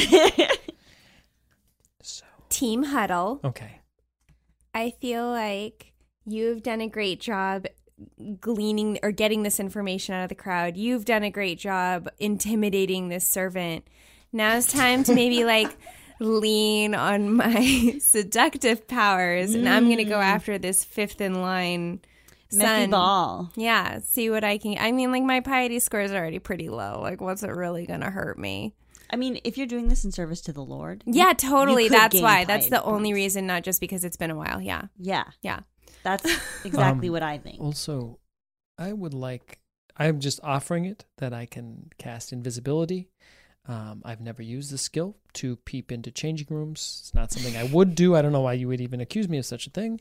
Speaker 4: so
Speaker 3: Team huddle.
Speaker 4: okay.
Speaker 3: I feel like you've done a great job gleaning or getting this information out of the crowd. You've done a great job intimidating this servant. Now it's time to maybe like lean on my seductive powers and I'm going to go after this fifth in line
Speaker 2: Messy
Speaker 3: son.
Speaker 2: Mm. ball.
Speaker 3: Yeah, see what I can. I mean, like my piety score is already pretty low. Like, what's it really going to hurt me?
Speaker 2: I mean, if you're doing this in service to the Lord,
Speaker 3: Yeah, totally.
Speaker 2: could
Speaker 3: That's
Speaker 2: gain
Speaker 3: why. That's
Speaker 2: piety
Speaker 3: the only
Speaker 2: points.
Speaker 3: reason, not just because it's been a while. Yeah,
Speaker 2: yeah,
Speaker 3: yeah.
Speaker 2: that's exactly
Speaker 4: Um,
Speaker 2: what I think.
Speaker 4: Also, I would like. I'm just offering it that I can cast invisibility. Um, I've never used the skill to peep into changing rooms. It's not something I would do. I don't know why you would even accuse me of such a thing.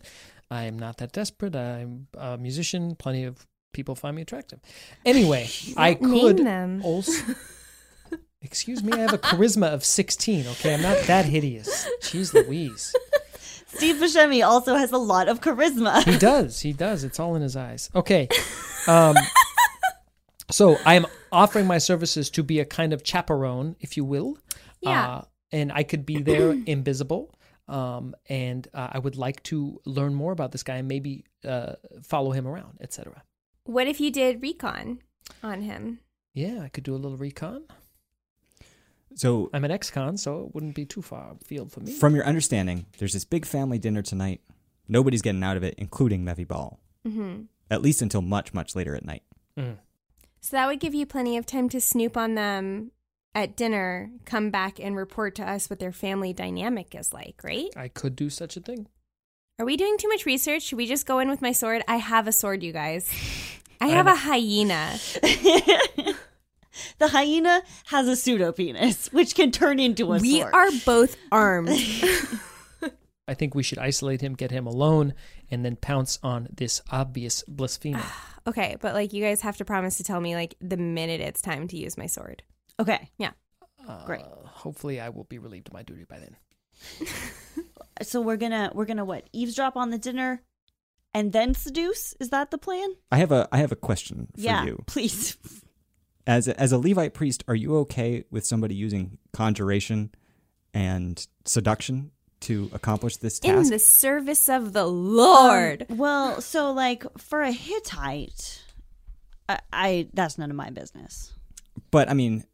Speaker 4: I am not that desperate. I'm a musician. Plenty of people find me attractive. Anyway, I
Speaker 3: Name
Speaker 4: could
Speaker 3: them.
Speaker 4: also. Excuse me, I have a charisma of 16, okay? I'm not that hideous. Jeez Louise.
Speaker 2: Steve Buscemi also has a lot of charisma.
Speaker 4: He does. He does. It's all in his eyes. Okay. Um, so I am offering my services to be a kind of chaperone, if you will.
Speaker 3: Yeah.
Speaker 4: Uh, and I could be there invisible. Um, and uh, I would like to learn more about this guy and maybe uh, follow him around, etc.
Speaker 3: What if you did recon on him?
Speaker 4: Yeah, I could do a little recon.
Speaker 1: So,
Speaker 4: I'm an ex-con, so it wouldn't be too far field for me.
Speaker 1: from your understanding, there's this big family dinner tonight. Nobody's getting out of it, including Mevy Ball,
Speaker 2: Mm-hmm.
Speaker 3: hmm
Speaker 1: at least until much, much later at night.
Speaker 4: Mm.
Speaker 3: So that would give you plenty of time to snoop on them at dinner, come back and report to us what their family dynamic is like, right?
Speaker 4: I could do such a thing.
Speaker 3: Are we doing too much research? Should we just go in with my sword? I have a sword, you guys. I
Speaker 4: I
Speaker 3: have
Speaker 4: know.
Speaker 3: a hyena.
Speaker 2: the hyena has a pseudo penis, which can turn into a
Speaker 3: we
Speaker 2: sword.
Speaker 3: are both armed.
Speaker 4: I think we should isolate him, get him alone, and then pounce on this obvious blasphemer.
Speaker 3: okay, but like you guys have to promise to tell me like the minute it's time to use my sword.
Speaker 2: okay. Great.
Speaker 4: Uh, hopefully, I will be relieved of my duty by then.
Speaker 2: So we're gonna we're gonna what eavesdrop on the dinner, and then seduce. Is that the plan?
Speaker 1: I have a I have a question for
Speaker 2: yeah,
Speaker 1: you.
Speaker 2: please.
Speaker 1: As a, as a Levite priest, are you okay with somebody using conjuration and seduction to accomplish this task?
Speaker 3: In the service of the Lord.
Speaker 2: Um, well, so like for a Hittite, I, I that's none of my business.
Speaker 1: But I mean,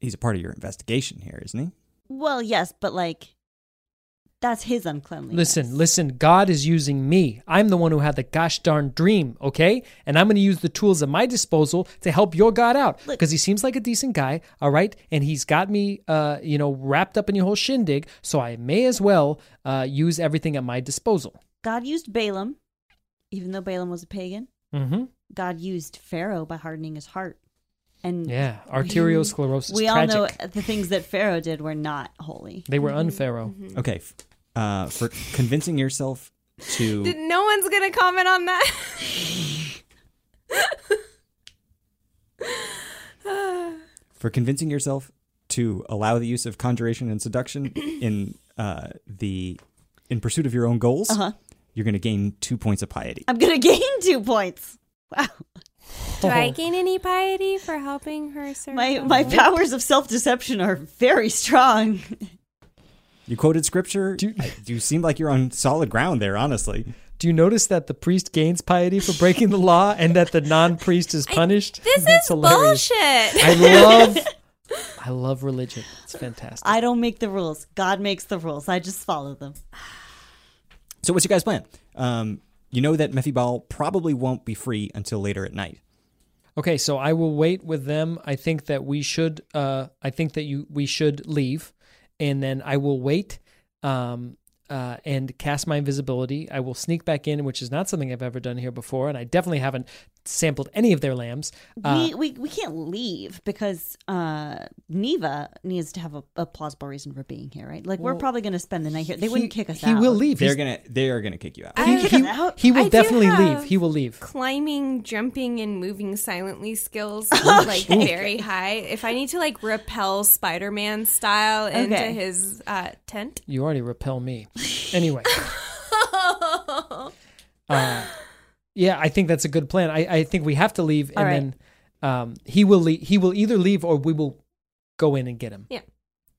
Speaker 1: he's a part of your investigation here, isn't he?
Speaker 2: Well, yes, but like That's his uncleanliness.
Speaker 4: Listen, listen, God is using me. I'm the one who had the gosh darn dream, okay? And I'm going to use the tools at my disposal to help your God out
Speaker 2: Look-
Speaker 4: because he seems like a decent guy, all right? And he's got me, uh, you know, wrapped up in your whole shindig, so I may as well uh, use everything at my disposal.
Speaker 2: God used Balaam, even though Balaam was a pagan.
Speaker 4: Mm-hmm.
Speaker 2: God used Pharaoh by hardening his heart. And
Speaker 4: Yeah,
Speaker 2: we-
Speaker 4: arteriosclerosis.
Speaker 2: We
Speaker 4: tragic.
Speaker 2: all know the things that Pharaoh did were not holy.
Speaker 4: they were unpharaoh.
Speaker 2: Mm-hmm.
Speaker 1: Okay. f- Uh, for convincing yourself to.
Speaker 3: Did- no one's gonna comment on that.
Speaker 1: for convincing yourself to allow the use of conjuration and seduction in uh, the in pursuit of your own goals,
Speaker 2: Uh-huh.
Speaker 1: you're going to gain two points of piety.
Speaker 2: I'm going to gain two points. Wow.
Speaker 4: Oh.
Speaker 3: Do I gain any piety for helping her serve?
Speaker 2: My,
Speaker 3: God?
Speaker 2: my powers of self deception are very strong.
Speaker 1: You quoted scripture.
Speaker 4: Do-
Speaker 1: I- you seem like you're on solid ground there, honestly.
Speaker 4: Do you notice that the priest gains piety for breaking the law and that the non-priest is punished?
Speaker 3: this
Speaker 4: That's
Speaker 3: is
Speaker 4: hilarious.
Speaker 3: bullshit.
Speaker 4: I love I love religion. It's fantastic.
Speaker 2: I don't make the rules. God makes the rules. I just follow them.
Speaker 1: So, what's your guys' plan? Um, you know that Mephibal probably won't be free until later at night.
Speaker 4: Okay, so I will wait with them. I think that we should. Uh, I think that you we should leave, and then I will wait. Um, uh, and cast my invisibility. I will sneak back in, which is not something I've ever done here before, and I definitely haven't sampled any of their lambs. Uh,
Speaker 2: we, we, we can't leave because uh, Neva needs to have a, a plausible reason for being here, right? Like, we're probably going to spend the night here. They wouldn't
Speaker 4: he-
Speaker 2: kick us
Speaker 4: he
Speaker 2: out.
Speaker 4: will leave.
Speaker 1: They're
Speaker 4: He's-
Speaker 1: gonna they are gonna kick you out.
Speaker 3: I-
Speaker 4: he,
Speaker 2: kick
Speaker 4: he-
Speaker 2: us out?
Speaker 4: he
Speaker 3: I
Speaker 4: will
Speaker 3: do
Speaker 4: definitely leave.
Speaker 3: have-
Speaker 4: He will leave.
Speaker 3: Climbing, jumping, and moving silently skills like very high. If I need to like repel Spider-Man style into
Speaker 2: Okay.
Speaker 3: his uh, tent,
Speaker 4: You already repel me. Anyway. Uh, yeah, I think that's a good plan. I, I think we have to leave, and
Speaker 2: All right.
Speaker 4: then um, he will leave. He will either leave or we will go in and get him.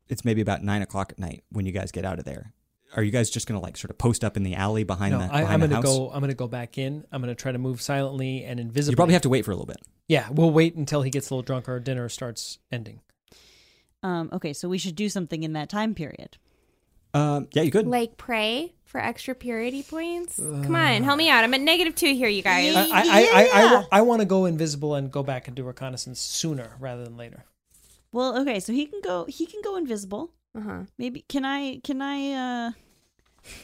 Speaker 1: It's maybe about nine o'clock at night when you guys get out of there. Are you guys just gonna like sort of post up in the alley behind
Speaker 4: no,
Speaker 1: the
Speaker 4: I,
Speaker 1: behind
Speaker 4: I'm
Speaker 1: the
Speaker 4: gonna
Speaker 1: house?
Speaker 4: go. I'm gonna go back in. I'm gonna try to move silently and invisibly.
Speaker 1: You probably have to wait for a little bit.
Speaker 4: Yeah, we'll wait until he gets a little drunk or dinner starts ending.
Speaker 2: Um, okay, so we should do something in that time period.
Speaker 1: Um, yeah, you could.
Speaker 3: like pray for extra purity points. Come on, help me out. I'm at negative two here, you guys.
Speaker 4: I I, I, I, I, want to go invisible and go back and do reconnaissance sooner rather than later.
Speaker 2: Well, okay, so he can go. He can go invisible.
Speaker 3: Uh-huh.
Speaker 2: Maybe can I? Can I? uh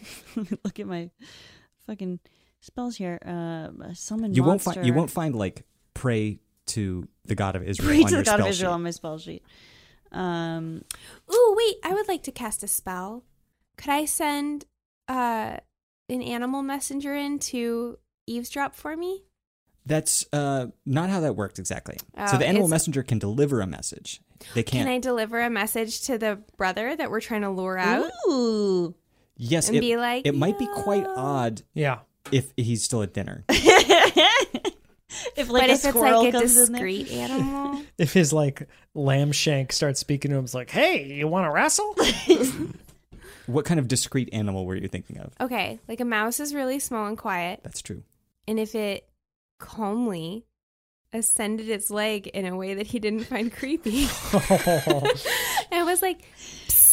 Speaker 2: Look at my fucking spells here. Uh, summon.
Speaker 1: you won't
Speaker 2: monster.
Speaker 1: find you won't find like pray to the god of Israel
Speaker 2: Pray
Speaker 1: on
Speaker 2: to
Speaker 1: your
Speaker 2: the God
Speaker 1: spell
Speaker 2: of Israel on
Speaker 1: sheet.
Speaker 2: my spell sheet. Um,
Speaker 3: Ooh, wait, I would like to cast a spell. Could I send uh an animal messenger in to eavesdrop for me?
Speaker 1: That's uh, not how that worked exactly. so
Speaker 3: Oh,
Speaker 1: the animal
Speaker 3: it's-
Speaker 1: messenger can deliver a message. They can't.
Speaker 3: Can I deliver a message to the brother that we're trying to lure out?
Speaker 2: ooh,
Speaker 1: yes,
Speaker 3: and
Speaker 1: it,
Speaker 3: be like,
Speaker 1: it might be quite
Speaker 3: "No."
Speaker 1: odd
Speaker 4: Yeah.
Speaker 1: if he's still at dinner.
Speaker 2: if like
Speaker 3: but
Speaker 2: a
Speaker 3: if it's
Speaker 2: squirrel
Speaker 3: like a
Speaker 2: comes in there,
Speaker 3: discreet animal,
Speaker 4: If his like lamb shank starts speaking to him, it's like, "Hey, you want to wrestle?"
Speaker 1: what kind of discreet animal were you thinking of?
Speaker 3: okay, like a mouse is really small and quiet,
Speaker 1: That's true.
Speaker 3: and if it calmly ascended its leg in a way that he didn't find creepy, I was like,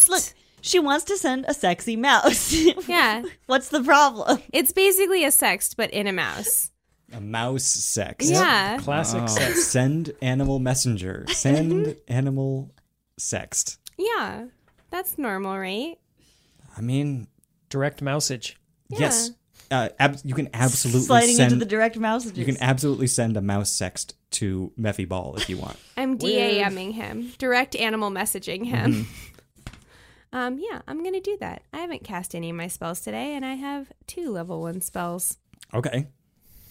Speaker 2: look, she wants to send a sexy mouse.
Speaker 3: yeah,
Speaker 2: What's the problem?
Speaker 3: it's basically a sext, but in a mouse.
Speaker 1: A mouse sex.
Speaker 3: Yeah.
Speaker 4: Classic
Speaker 1: Oh,
Speaker 4: sex.
Speaker 1: Send animal messenger. Send animal sext.
Speaker 3: Yeah, that's normal, right?
Speaker 1: I mean,
Speaker 4: Direct mousage.
Speaker 1: yes. Uh, ab- you can absolutely
Speaker 2: Sliding
Speaker 1: send
Speaker 2: into the direct mouse.
Speaker 1: You can absolutely send a mouse sext to Meffy Ball if you want.
Speaker 3: I'm DAMing him, direct animal messaging him.
Speaker 1: Mm-hmm.
Speaker 3: Um, yeah, I'm gonna do that. I haven't cast any of my spells today, and I have two level one spells.
Speaker 1: Okay.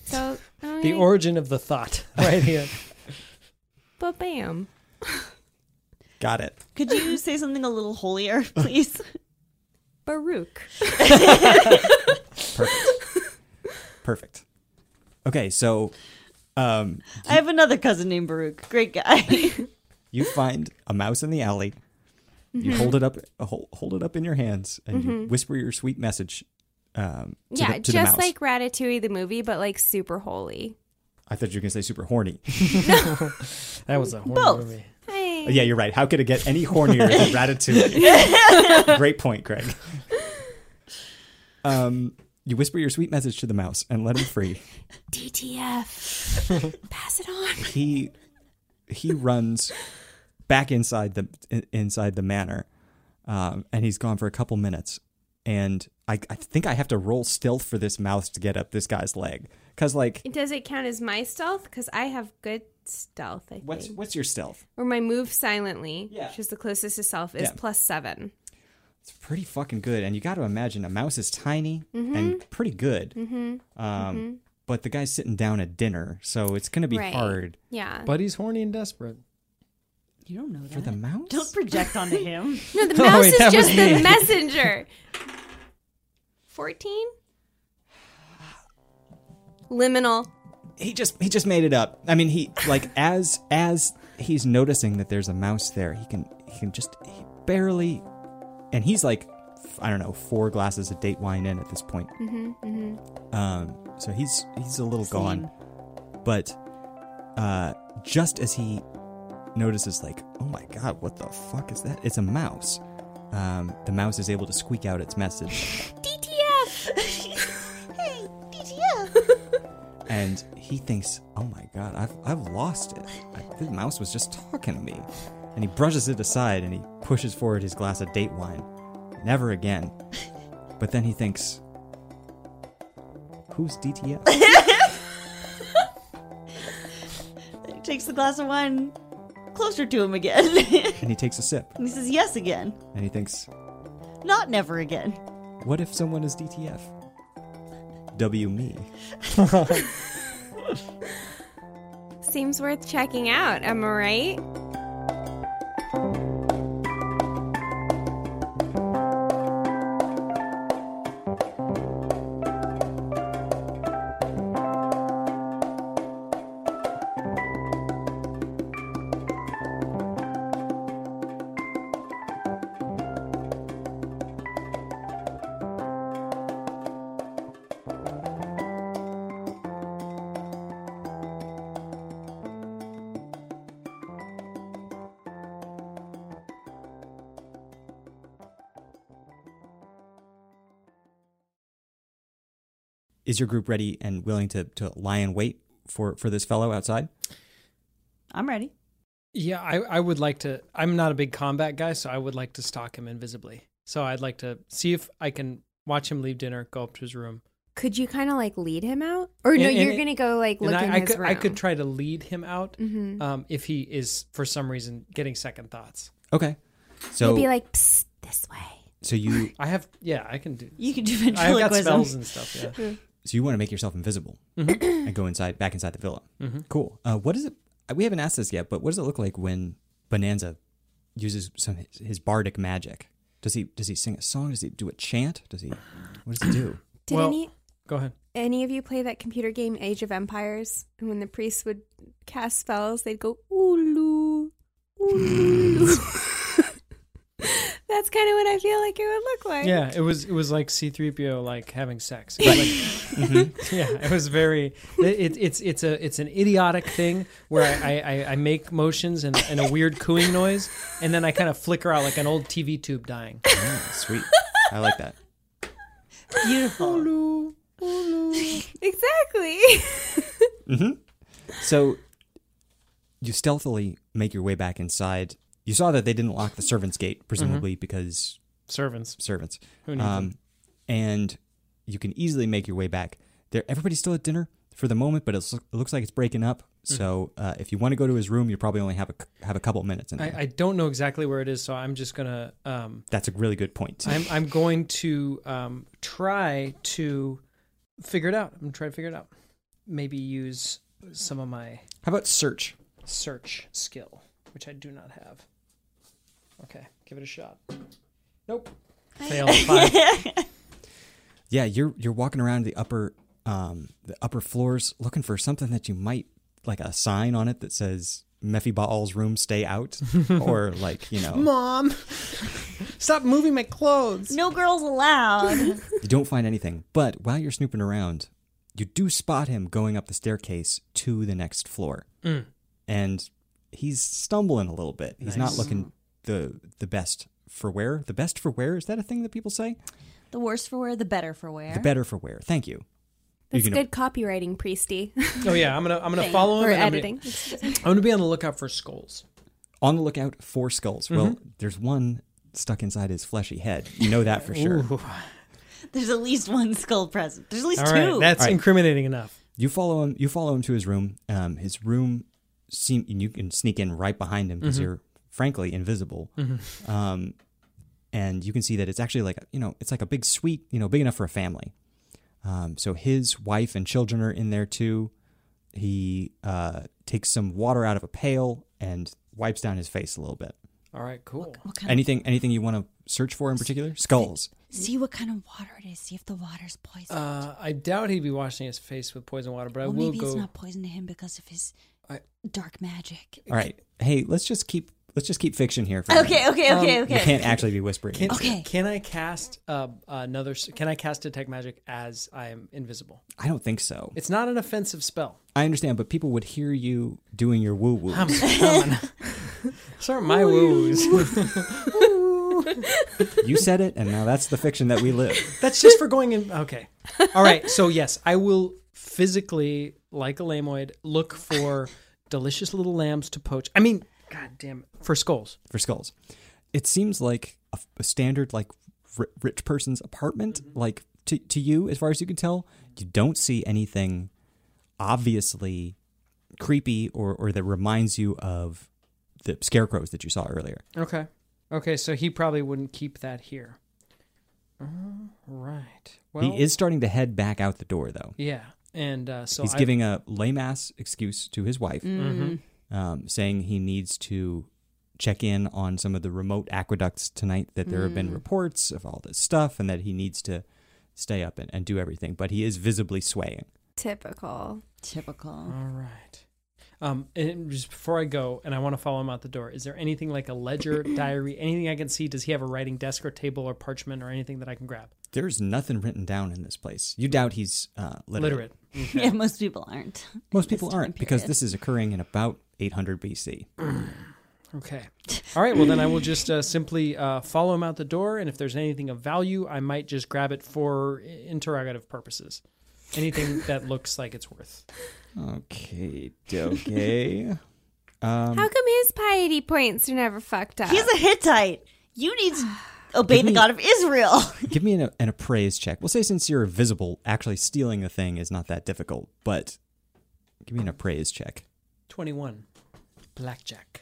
Speaker 3: So I'm
Speaker 4: The
Speaker 3: gonna-
Speaker 4: origin of the thought, right here.
Speaker 3: ba bam.
Speaker 1: Got it.
Speaker 2: Could you say something a little holier, please?
Speaker 3: Baruch.
Speaker 1: Perfect. Okay, so um,
Speaker 2: I have another cousin named Baruch. Great guy.
Speaker 1: you find a mouse in the alley. You hold it up, hold, hold it up in your hands, and you whisper your sweet message. Um, to
Speaker 3: Mm-hmm. yeah,
Speaker 1: the, to the
Speaker 3: just
Speaker 1: mouse.
Speaker 3: like Ratatouille the movie, but like super holy.
Speaker 1: I thought you were gonna say super horny.
Speaker 4: That was a horror
Speaker 2: Both.
Speaker 4: movie.
Speaker 3: Hey.
Speaker 1: yeah, you're right. How could it get any hornier than Ratatouille? Great point, Craig. Um, you whisper your sweet message to the mouse and let him free.
Speaker 3: DTF. Pass it on.
Speaker 1: he he runs back inside the in- inside the manor, um, and he's gone for a couple minutes. And I, I think I have to roll stealth for this mouse to get up this guy's leg, because like
Speaker 3: Does it count as my stealth? Because I have good stealth, I think.
Speaker 1: what's what's your stealth?
Speaker 3: or my move silently,
Speaker 1: Yeah.
Speaker 3: which is the closest to self, is
Speaker 1: Yeah.
Speaker 3: plus seven.
Speaker 1: It's pretty fucking good, and you got to imagine a mouse is tiny and pretty good. Mm-hmm. Um, But the guy's sitting down at dinner, so it's gonna be
Speaker 3: Right.
Speaker 1: hard
Speaker 3: Yeah.
Speaker 4: But he's horny and desperate.
Speaker 2: You don't know that.
Speaker 1: for the mouse.
Speaker 2: Don't project onto him.
Speaker 3: no, the
Speaker 4: Oh,
Speaker 3: mouse
Speaker 4: wait,
Speaker 3: is
Speaker 4: that
Speaker 3: just
Speaker 4: was
Speaker 3: the
Speaker 4: me.
Speaker 3: messenger. 14? Liminal.
Speaker 1: he just he just made it up. I mean, he like as as he's noticing that there's a mouse there, he can he can just he barely, and he's like, f- I don't know, four glasses of date wine in at this point. Mm-hmm, Um, so he's he's a little gone, but uh, just as he notices, like, oh my god, what the fuck is that? It's a mouse. Um, the mouse is able to squeak out its message.
Speaker 3: hey, DTF.
Speaker 1: and he thinks, "Oh my god, I've I've lost it. I, the mouse was just talking to me." And he brushes it aside and he pushes forward his glass of date wine. Never again. But then he thinks, "Who's DTF?"
Speaker 2: He takes the glass of wine closer to him again. and
Speaker 1: and he takes a sip
Speaker 2: he says yes again.
Speaker 1: and he thinks,
Speaker 2: Not never again.
Speaker 1: "What if someone is DTF?" W me.
Speaker 3: Seems worth checking out, am I right?
Speaker 1: Is your group ready and willing to to lie in wait for for this fellow outside?
Speaker 2: I'm ready.
Speaker 4: Yeah, I, I would like to. I'm not a big combat guy, so I would like to stalk him invisibly. So I'd like to see if I can watch him leave dinner, go up to his room.
Speaker 3: Could you kind of like lead him out? Or no,
Speaker 4: And- and
Speaker 3: you're
Speaker 4: it-
Speaker 3: going to go like
Speaker 4: and
Speaker 3: look
Speaker 4: I,
Speaker 3: in
Speaker 4: I
Speaker 3: his
Speaker 4: could
Speaker 3: room.
Speaker 4: I could try to lead him out
Speaker 3: Mhm.
Speaker 4: um, if he is for some reason getting second thoughts.
Speaker 1: Okay. So
Speaker 4: Oh.
Speaker 3: Maybe like, Psst, this way.
Speaker 1: so you
Speaker 4: I have yeah, I can do.
Speaker 2: You can do
Speaker 4: I've got spells
Speaker 2: ventriloquism.
Speaker 4: and stuff. Yeah,
Speaker 1: So you want to make yourself invisible and go inside, back inside the villa. Cool. Uh, what is it? We haven't asked this yet, but what does it look like when Bonanza uses some his, his bardic magic? Does he does he sing a song? Does he do a chant? Does he? What does he do?
Speaker 3: Did
Speaker 4: Well-
Speaker 3: any
Speaker 4: go ahead.
Speaker 3: any of you play that computer game Age of Empires? And when the priests would cast spells, they'd go oolu, oolu. That's kind of what I feel like it would look like.
Speaker 4: Yeah, it was it was like C3PO like having sex. It was like- mm-hmm. Yeah, it was very it, it's it's a it's an idiotic thing where I, I, I- I make motions and, and a weird cooing noise and then I kind of flicker out like an old TV tube dying.
Speaker 1: Oh, sweet. I like that.
Speaker 2: Beautiful.
Speaker 3: exactly.
Speaker 1: So you stealthily make your way back inside. You saw that they didn't lock the servants' gate, presumably because
Speaker 4: Servants.
Speaker 1: servants.
Speaker 4: Who needs
Speaker 1: Um, and you can easily make your way back. There, everybody's still at dinner for the moment, but it's, it looks like it's breaking up.
Speaker 4: Hmm.
Speaker 1: So uh, if you want to go to his room, you probably only have a c- have a couple minutes. In
Speaker 4: I,
Speaker 1: there.
Speaker 4: I don't know exactly where it is, so I'm just gonna um
Speaker 1: That's a really good point.
Speaker 4: I'm I'm going to um try to figure it out. I'm gonna try to figure it out. Maybe use some of my
Speaker 1: How about search?
Speaker 4: search skill, which I do not have. Okay, give it a shot. Nope. Fail. Five.
Speaker 1: Yeah, you're you're walking around the upper um, the upper floors looking for something that you might like a sign on it that says Mephi Baal's room, stay out, or like you know
Speaker 4: Mom, stop moving my clothes.
Speaker 2: No girls allowed.
Speaker 1: You don't find anything, but while you're snooping around, you do spot him going up the staircase to the next floor. And he's stumbling a little bit. He's not looking the the best for wear. The best for wear is that a thing that people say?
Speaker 2: The worse for wear, the better for wear.
Speaker 1: The better for wear. Thank you.
Speaker 3: That's
Speaker 1: you can-
Speaker 3: good copywriting, Priesty.
Speaker 4: Oh yeah, I'm gonna I'm gonna follow him.
Speaker 3: Or
Speaker 4: and I'm gonna-
Speaker 3: editing.
Speaker 4: I'm gonna be on the lookout for skulls.
Speaker 1: On the lookout for skulls. Well, there's one stuck inside his fleshy head. You know that for sure.
Speaker 2: There's at least one skull present. There's at least
Speaker 4: All
Speaker 2: two.
Speaker 4: right, that's
Speaker 1: All right.
Speaker 4: incriminating enough.
Speaker 1: You follow him. You follow him to his room. Um, his room seem and you can sneak in right behind him
Speaker 2: Mm-hmm.
Speaker 1: because you're frankly invisible. Um, and you can see that it's actually like a- you know it's like a big suite you know big enough for a family. Um, so his wife and children are in there too. He uh, takes some water out of a pail and wipes down his face a little bit.
Speaker 4: All right, cool.
Speaker 2: What kind
Speaker 1: Anything anything you want to search for in particular? Skulls.
Speaker 2: of, see what kind of water it is. See if the water's poisoned.
Speaker 4: Uh, I doubt he'd be washing his face with poison water, but I
Speaker 2: well,
Speaker 4: will
Speaker 2: maybe
Speaker 4: go.
Speaker 2: it's not poison to him because of his
Speaker 4: I-
Speaker 2: dark magic.
Speaker 1: All right. Hey, let's just keep let's just keep fiction here. For a minute.
Speaker 2: Okay, okay,
Speaker 3: Um,
Speaker 2: okay,
Speaker 1: You
Speaker 2: okay.
Speaker 1: can't actually be whispering.
Speaker 4: Can,
Speaker 2: Okay.
Speaker 4: Can I cast uh, another? s- Can I cast detect magic as I am invisible?
Speaker 1: I don't think so.
Speaker 4: It's not an offensive spell.
Speaker 1: I understand, but people would hear you doing your woo woo.
Speaker 4: I'm coming. Sorry, my woos.
Speaker 1: you said it, and now that's the fiction that we live.
Speaker 4: That's just for going in. Okay. All right. So yes, I will physically, like a lamoid, look for delicious little lambs to poach. I mean, goddamn, for skulls.
Speaker 1: For skulls, it seems like a, a standard like ri rich person's apartment.
Speaker 4: Mm-hmm.
Speaker 1: Like to to you, as far as you can tell, you don't see anything obviously creepy or or that reminds you of the scarecrows that you saw earlier.
Speaker 4: Okay. Okay. So he probably wouldn't keep that here. All right. Well,
Speaker 1: he is starting to head back out the door, though.
Speaker 4: Yeah, and uh, so
Speaker 1: He's
Speaker 4: I,
Speaker 1: giving a lame ass excuse to his wife,
Speaker 4: Mm-hmm.
Speaker 2: Mm,
Speaker 1: um, saying he needs to check in on some of the remote aqueducts tonight, that there have been reports of all this stuff, and that he needs to stay up and, and do everything. But he is visibly swaying.
Speaker 3: Typical.
Speaker 2: Typical.
Speaker 4: All right. Um, and just before I go, and I want to follow him out the door. Is there anything like a ledger, diary, anything I can see? Does he have a writing desk or table or parchment or anything that I can grab?
Speaker 1: There's nothing written down in this place. You doubt he's uh, literate.
Speaker 4: Literate.
Speaker 2: Yeah, most people aren't.
Speaker 1: Most people
Speaker 2: time
Speaker 1: aren't, because
Speaker 2: period.
Speaker 1: this is occurring in about 800 BC.
Speaker 4: Okay. All right. Well, then I will just uh, simply uh, follow him out the door, and if there's anything of value, I might just grab it for i- interrogative purposes. Anything that looks like it's worth.
Speaker 1: Okay, okay.
Speaker 3: How come his piety points are never fucked up?
Speaker 2: Um, He's a Hittite. You need to obey the God of Israel.
Speaker 1: Give me an, an appraise check. We'll say since you're visible, actually stealing the thing is not that difficult, but give me an appraise check.
Speaker 4: Twenty-one. Blackjack.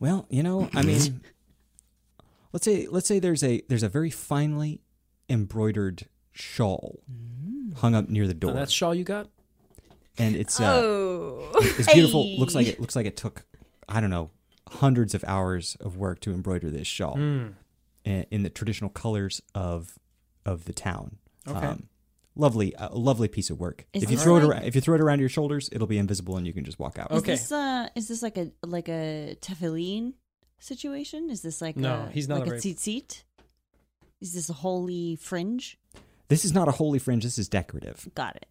Speaker 1: Well, you know, I mean, let's say let's say there's a there's a very finely embroidered shawl hung up near the
Speaker 4: Oh,
Speaker 1: door,
Speaker 4: that's shawl you got.
Speaker 1: and it's uh,
Speaker 3: oh.
Speaker 1: it's beautiful.
Speaker 2: Hey.
Speaker 1: Looks like it looks like it took I don't know hundreds of hours of work to embroider this shawl
Speaker 4: Mm. Hmm.
Speaker 1: in, in the traditional colors of of the town. Um,
Speaker 4: Okay.
Speaker 1: lovely, a lovely piece of work.
Speaker 2: Is
Speaker 1: if you
Speaker 2: this
Speaker 1: throw it
Speaker 2: like-
Speaker 1: around, if you throw it around your shoulders, it'll be invisible and you can just walk out.
Speaker 4: Okay.
Speaker 2: Is this, uh, is this like a like a tefillin situation? Is this like
Speaker 4: No,
Speaker 2: a,
Speaker 4: he's not
Speaker 2: like
Speaker 4: a
Speaker 2: a
Speaker 4: rape-
Speaker 2: tzitzit? Is this a holy fringe?
Speaker 1: This is not a holy fringe. This is decorative.
Speaker 2: Got it.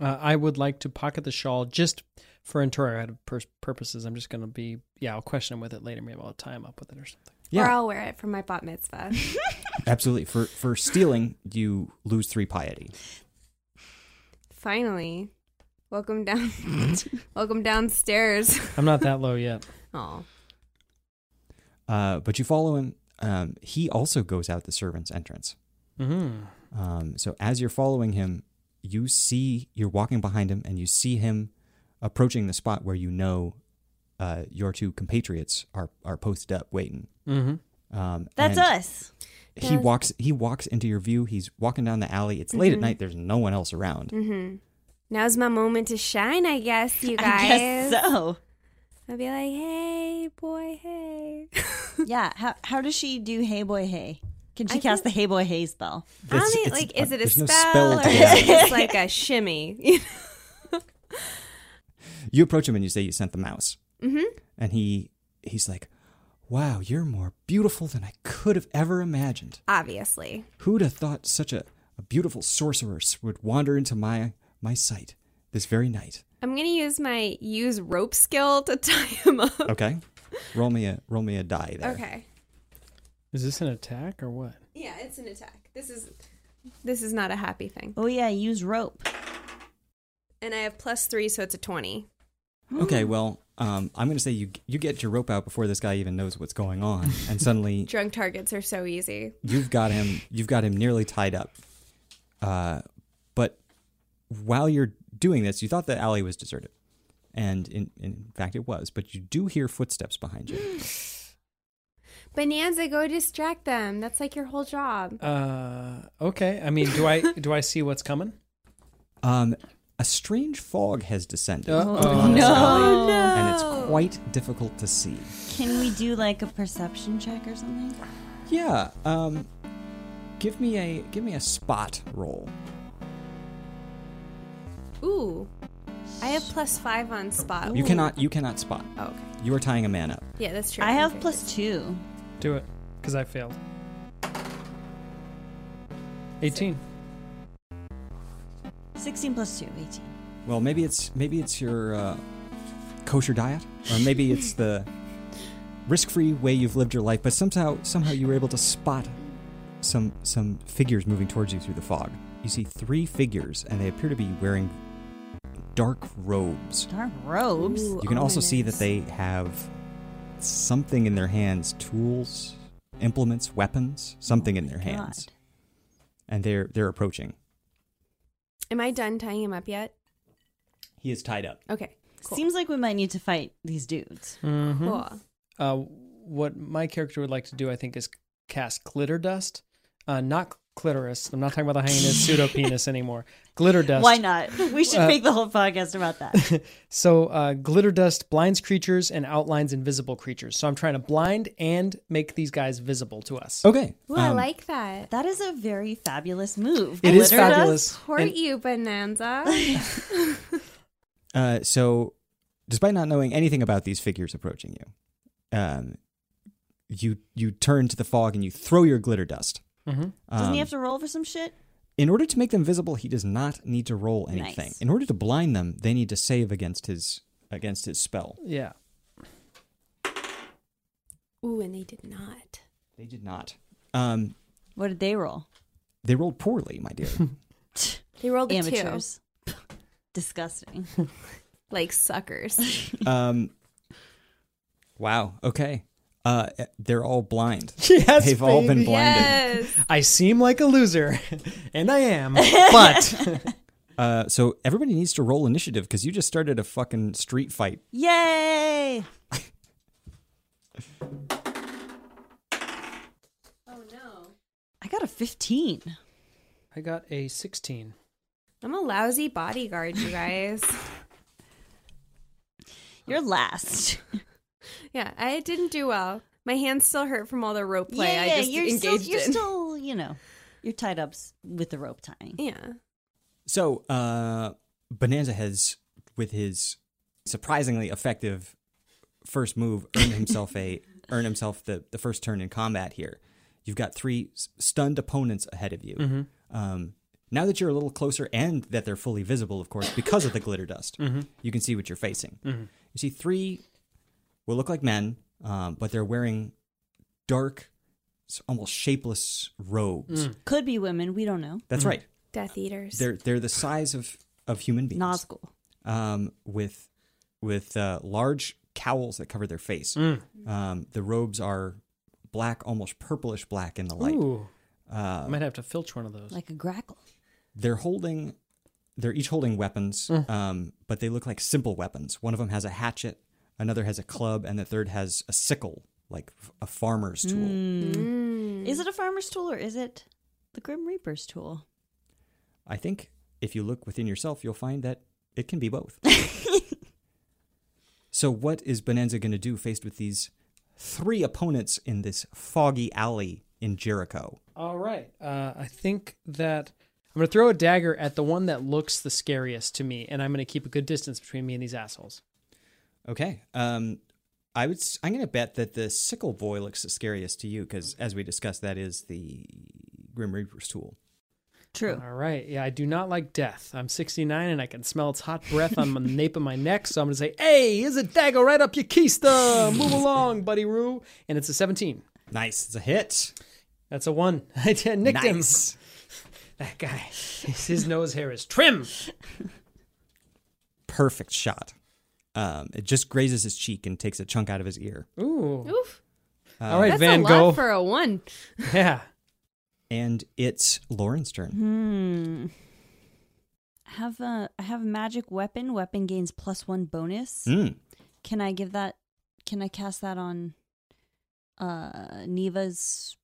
Speaker 4: Uh, I would like to pocket the shawl just for interrogative pur- purposes. I'm just going to be, yeah, I'll question him with it later. Maybe I'll tie him up with it or something.
Speaker 3: Or
Speaker 1: Yeah,
Speaker 3: I'll wear it for my bat mitzvah.
Speaker 1: absolutely. For for stealing, you lose three piety.
Speaker 3: Finally. Welcome down. Welcome downstairs.
Speaker 4: I'm not that low yet.
Speaker 3: Oh.
Speaker 1: Uh, but you follow him. Um, he also goes out the servants' entrance.
Speaker 4: Mm-hmm.
Speaker 1: Um, so as you're following him, you see you're walking behind him, and you see him approaching the spot where you know uh, your two compatriots are are posted up waiting.
Speaker 4: Mm-hmm.
Speaker 1: Um,
Speaker 2: That's
Speaker 1: and-
Speaker 2: us.
Speaker 1: he
Speaker 3: Yes.
Speaker 1: walks he walks into your view he's walking down the alley it's late at night there's no one else around
Speaker 3: Mm-hmm. Now's my moment to shine, I guess, you guys.
Speaker 2: I guess so.
Speaker 3: I'll be like, hey, boy, hey.
Speaker 2: Yeah. How how does she do hey boy hey? Can she
Speaker 3: I
Speaker 2: cast
Speaker 3: think-
Speaker 2: the hey boy hey spell?
Speaker 3: I
Speaker 1: That's-
Speaker 3: don't think,
Speaker 1: it's-
Speaker 3: like, is
Speaker 1: uh,
Speaker 3: it a
Speaker 1: there's
Speaker 3: spell,
Speaker 1: no spell
Speaker 3: or
Speaker 1: to
Speaker 3: is it
Speaker 1: that.
Speaker 3: just like a shimmy?
Speaker 1: you approach him and you say you sent the mouse
Speaker 3: mm-hmm.
Speaker 1: and he he's like wow you're more beautiful than i could have ever imagined
Speaker 3: Obviously.
Speaker 1: who'd have thought such a, a beautiful sorceress would wander into my my sight this very night
Speaker 3: I'm going to use my use rope skill to tie him up.
Speaker 1: okay roll me a roll me a die there
Speaker 3: Okay.
Speaker 4: Is this an attack or what?
Speaker 3: Yeah, it's an attack. This is this is not a happy thing.
Speaker 2: Oh yeah, use rope.
Speaker 3: And I have plus three, so it's a twenty.
Speaker 1: Okay, well, um, I'm going to say you you get your rope out before this guy even knows what's going on, and suddenly
Speaker 3: Drunk targets are so easy.
Speaker 1: you've got him you've got him nearly tied up. Uh, but while you're doing this, you thought the alley was deserted, and in in fact it was. But you do hear footsteps behind you.
Speaker 3: Bonanza, go distract them. That's like your whole job.
Speaker 4: Uh, okay. I mean, do I do I see what's coming?
Speaker 1: Um, a strange fog has descended,
Speaker 4: Uh-oh.
Speaker 1: no.
Speaker 2: Oh,
Speaker 1: and it's quite difficult to see.
Speaker 2: Can we do like a perception check or something?
Speaker 1: Yeah. Um, give me a give me a spot roll.
Speaker 3: Ooh, I have plus five on spot.
Speaker 1: You cannot you cannot spot.
Speaker 3: Oh, okay.
Speaker 1: You are tying a man up.
Speaker 3: Yeah, that's true.
Speaker 2: I
Speaker 3: can
Speaker 2: have
Speaker 3: figure
Speaker 2: plus two.
Speaker 4: Do it, because I failed. Eighteen.
Speaker 2: 16 plus 2, 18.
Speaker 1: Well, maybe it's maybe it's your uh, kosher diet, or maybe it's the risk-free way you've lived your life. But somehow somehow you were able to spot some some figures moving towards you through the fog. You see three figures, and they appear to be wearing dark robes.
Speaker 2: Dark
Speaker 3: it.
Speaker 2: robes.
Speaker 3: Ooh, oh
Speaker 1: You can also see that
Speaker 3: ominous.
Speaker 1: they have something in their hands tools, implements, weapons,
Speaker 3: Oh
Speaker 1: something in their
Speaker 2: Oh
Speaker 1: hands. And they're they're approaching.
Speaker 3: Am I done tying him up yet?
Speaker 1: He is tied up.
Speaker 3: Okay. Cool.
Speaker 2: Seems like we might need to fight these dudes.
Speaker 3: cool.
Speaker 4: Uh, what my character would like to do, I think, is cast glitter dust. Uh, not clitoris. I'm not talking about the hyena's pseudo penis anymore. Glitter dust.
Speaker 2: Why not? We should make the whole podcast about that.
Speaker 4: So uh, glitter dust blinds creatures and outlines invisible creatures. So I'm trying to blind and make these guys visible to
Speaker 2: Oh,
Speaker 4: us.
Speaker 1: Okay.
Speaker 3: Ooh, I
Speaker 1: um,
Speaker 3: like that.
Speaker 2: that is a very fabulous move.
Speaker 4: It is
Speaker 2: Glitter dust?
Speaker 4: fabulous.
Speaker 3: Hurt
Speaker 4: And-
Speaker 3: you, Bonanza.
Speaker 1: Uh, so, despite not knowing anything about these figures approaching you, um, you you turn to the fog and you throw your glitter dust.
Speaker 4: Mhm.
Speaker 2: Doesn't
Speaker 1: Um,
Speaker 2: he have to roll for some shit?
Speaker 1: in order to make them visible, he does not need to roll anything.
Speaker 2: Nice.
Speaker 1: In order to blind them, they need to save against his against his spell.
Speaker 4: Yeah.
Speaker 3: Ooh, and they did not.
Speaker 1: They did not. Um,
Speaker 2: What did they roll?
Speaker 1: they rolled poorly, my dear.
Speaker 3: They rolled a two,
Speaker 2: Amateurs. Disgusting.
Speaker 3: like suckers.
Speaker 1: um, wow. Okay. Uh, they're all blind.
Speaker 4: Yes,
Speaker 1: They've all been
Speaker 4: baby.
Speaker 1: blinded.
Speaker 4: I seem like a loser, and I am. But
Speaker 1: Uh, so everybody needs to roll initiative because you just started a fucking street fight.
Speaker 2: Yay!
Speaker 3: oh no,
Speaker 2: I got a 15.
Speaker 4: I got a 16.
Speaker 3: I'm a lousy bodyguard, you guys.
Speaker 2: You're last.
Speaker 3: yeah, I didn't do well. My hands still hurt from all the rope play
Speaker 2: yeah,
Speaker 3: I just
Speaker 2: you're
Speaker 3: engaged
Speaker 2: still, you're
Speaker 3: in.
Speaker 2: still, you know, you're tied up s- with the rope tying.
Speaker 3: yeah.
Speaker 1: So uh, Bonanza has, with his surprisingly effective first move, earned himself a earned himself the, the first turn in combat here. You've got three s- stunned opponents ahead of you. Um, now that you're a little closer and that they're fully visible, of course, because of the glitter dust, you can see what you're facing. You see three will look like men, um, but they're wearing dark, s- almost shapeless robes.
Speaker 2: Could be women. We don't know.
Speaker 1: That's right.
Speaker 3: Death Eaters.
Speaker 1: They're they're the size of of human beings.
Speaker 2: Nazgul.
Speaker 1: Um, with with uh, large cowls that cover their face. Um, the robes are black, almost purplish black in the light.
Speaker 4: Ooh, I
Speaker 1: Uh,
Speaker 4: might have to filch one of those.
Speaker 2: Like a grackle.
Speaker 1: they're holding. They're each holding weapons, um, but they look like simple weapons. One of them has a hatchet, another has a club, and the third has a sickle, like f- a farmer's tool.
Speaker 3: Mm.
Speaker 2: Is it a farmer's tool or is it the Grim Reaper's tool?
Speaker 1: I think if you look within yourself, you'll find that it can be both. so, what is Bonanza going to do faced with these three opponents in this foggy alley in Jericho?
Speaker 4: All right. Uh, I think that I'm going to throw a dagger at the one that looks the scariest to me, and I'm going to keep a good distance between me and these assholes.
Speaker 1: Okay. Um, I would. s- I'm going to bet that the sickle boy looks the scariest to you because, as we discussed, that is the Grim Reaper's tool.
Speaker 2: True.
Speaker 4: All right. Yeah, I do not like death. I'm 69 and I can smell its hot breath on the nape of my neck. So I'm going to say, hey, here's a dagger right up your keister. Move along, buddy Roo. And it's a 17.
Speaker 1: Nice. It's a hit.
Speaker 4: That's a one. I nicked him.
Speaker 5: Nice.
Speaker 4: That guy. His nose hair is trim.
Speaker 1: Perfect shot. Um, it just grazes his cheek and takes a chunk out of his ear. Um,
Speaker 4: Ooh.
Speaker 6: Oof.
Speaker 4: All right,
Speaker 6: That's
Speaker 4: Van
Speaker 6: a lot
Speaker 4: Gogh.
Speaker 6: for a one.
Speaker 4: yeah.
Speaker 1: And it's Lauren's turn.
Speaker 2: Hmm. Have a I have a magic weapon. Weapon gains plus one bonus.
Speaker 1: Mm.
Speaker 2: Can I give that? Can I cast that on uh Neva's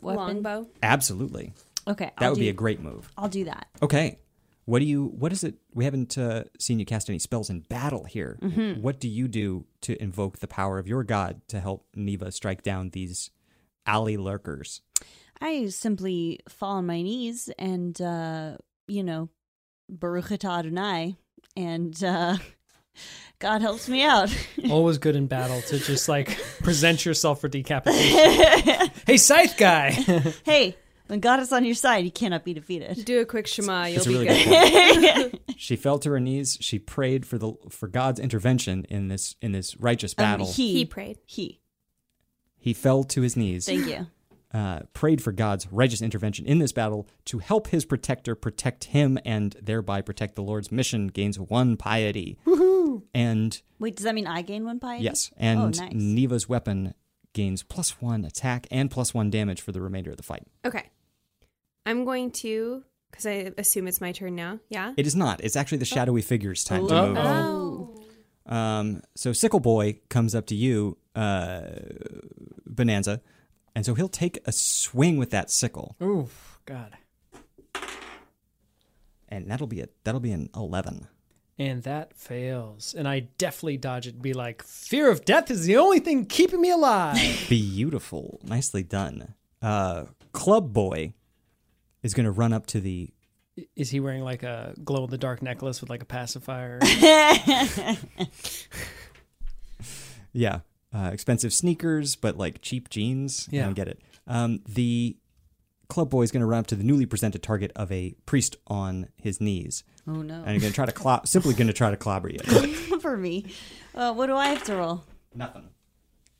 Speaker 2: weapon?
Speaker 3: Longbow.
Speaker 1: Absolutely.
Speaker 2: Okay,
Speaker 1: That
Speaker 2: I'll
Speaker 1: would be
Speaker 2: do-
Speaker 1: a great move.
Speaker 2: I'll do that.
Speaker 1: Okay. What do you, what is it? We haven't uh, seen you cast any spells in battle here. What do you do to invoke the power of your god to help Neva strike down these alley lurkers?
Speaker 2: I simply fall on my knees and uh, you know, Baruch Atah Adonai, and uh, God helps me out.
Speaker 4: Always good in battle to just like present yourself for decapitation. hey, Scythe guy.
Speaker 2: hey, when God is on your side, you cannot be defeated.
Speaker 6: Do a quick Shema. You'll
Speaker 1: It's a
Speaker 6: be
Speaker 1: really
Speaker 6: good.
Speaker 1: good point. she fell to her knees. She prayed for the for God's intervention in this in this righteous
Speaker 2: Um,
Speaker 1: battle. he,
Speaker 2: he,
Speaker 3: He prayed.
Speaker 2: He.
Speaker 1: fell to his knees,
Speaker 2: Thank you.
Speaker 1: uh, prayed for God's righteous intervention in this battle to help his protector protect him and thereby protect the Lord's mission. Gains one piety. Woohoo! And
Speaker 2: Wait, does that mean I gain one piety?
Speaker 1: yes, and
Speaker 2: oh, nice.
Speaker 1: Neva's weapon gains plus one attack and plus one damage for the remainder of the fight.
Speaker 3: Okay. I'm going to, because I assume it's my turn now. Yeah.
Speaker 1: It is not. It's actually the
Speaker 2: Oh.
Speaker 1: shadowy figure's time to
Speaker 4: Oh.
Speaker 1: move. Um, so Sickle Boy comes up to you, uh, Bonanza, and so he'll take a swing with that sickle,
Speaker 4: Ooh, God.
Speaker 1: and that'll be a that'll be an eleven.
Speaker 4: And that fails. And I deftly dodge it and be like, fear of death is the only thing keeping me alive.
Speaker 1: Beautiful, nicely done. Uh, Club Boy is going to run up to the.
Speaker 4: is he wearing like a glow in the dark necklace with like a pacifier?
Speaker 1: Yeah, uh, expensive sneakers, but like cheap jeans. I
Speaker 4: Yeah.
Speaker 1: don't get it. Um, the club boy is going to run up to the newly presented target of a priest on his knees,
Speaker 2: Oh no.
Speaker 1: and he's going to try to clobber. simply going to try to clobber you.
Speaker 2: For me. Uh, what do I have to roll?
Speaker 1: Nothing.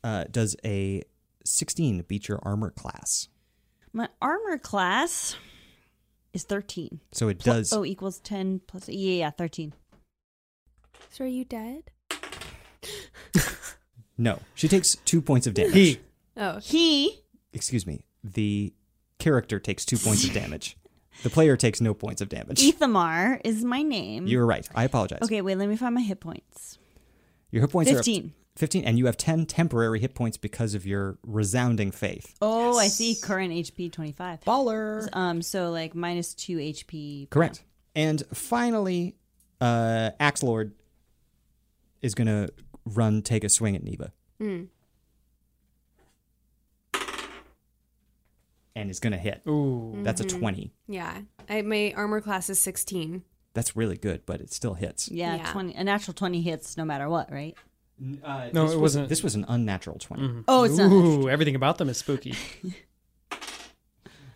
Speaker 1: Uh, does a 16 beat your armor class?
Speaker 2: My armor class is 13.
Speaker 1: So it
Speaker 2: Pl-
Speaker 1: does.
Speaker 2: Oh, equals 10 plus. Yeah, yeah, 13.
Speaker 3: So are you dead?
Speaker 1: No. She takes two points of damage.
Speaker 4: he.
Speaker 6: Oh,
Speaker 2: He.
Speaker 1: Excuse me. The character takes two points of damage. The player takes no points of damage.
Speaker 2: Ethamar is my name.
Speaker 1: You're right. I apologize.
Speaker 2: Okay, wait, let me find my hit points.
Speaker 1: Your hit points are up
Speaker 2: 15.
Speaker 1: 15, and you have 10 temporary hit points because of your resounding faith.
Speaker 2: Oh, I see. Current HP 25.
Speaker 4: Baller.
Speaker 2: Um, so like minus 2 HP.
Speaker 1: Correct. And finally, uh, Axe Lord is going to run, take a swing at Neva. And is going to hit.
Speaker 4: Ooh.
Speaker 1: That's a 20.
Speaker 3: Yeah. I, my armor class is 16.
Speaker 1: That's really good, but it still hits.
Speaker 2: Yeah,
Speaker 3: Yeah.
Speaker 2: 20. A natural 20 hits no matter what, right?
Speaker 4: No, this it was- wasn't.
Speaker 1: uh,
Speaker 4: Mm-hmm.
Speaker 1: This was an unnatural 20.
Speaker 2: Oh, it's not.
Speaker 4: Ooh, everything about them is spooky.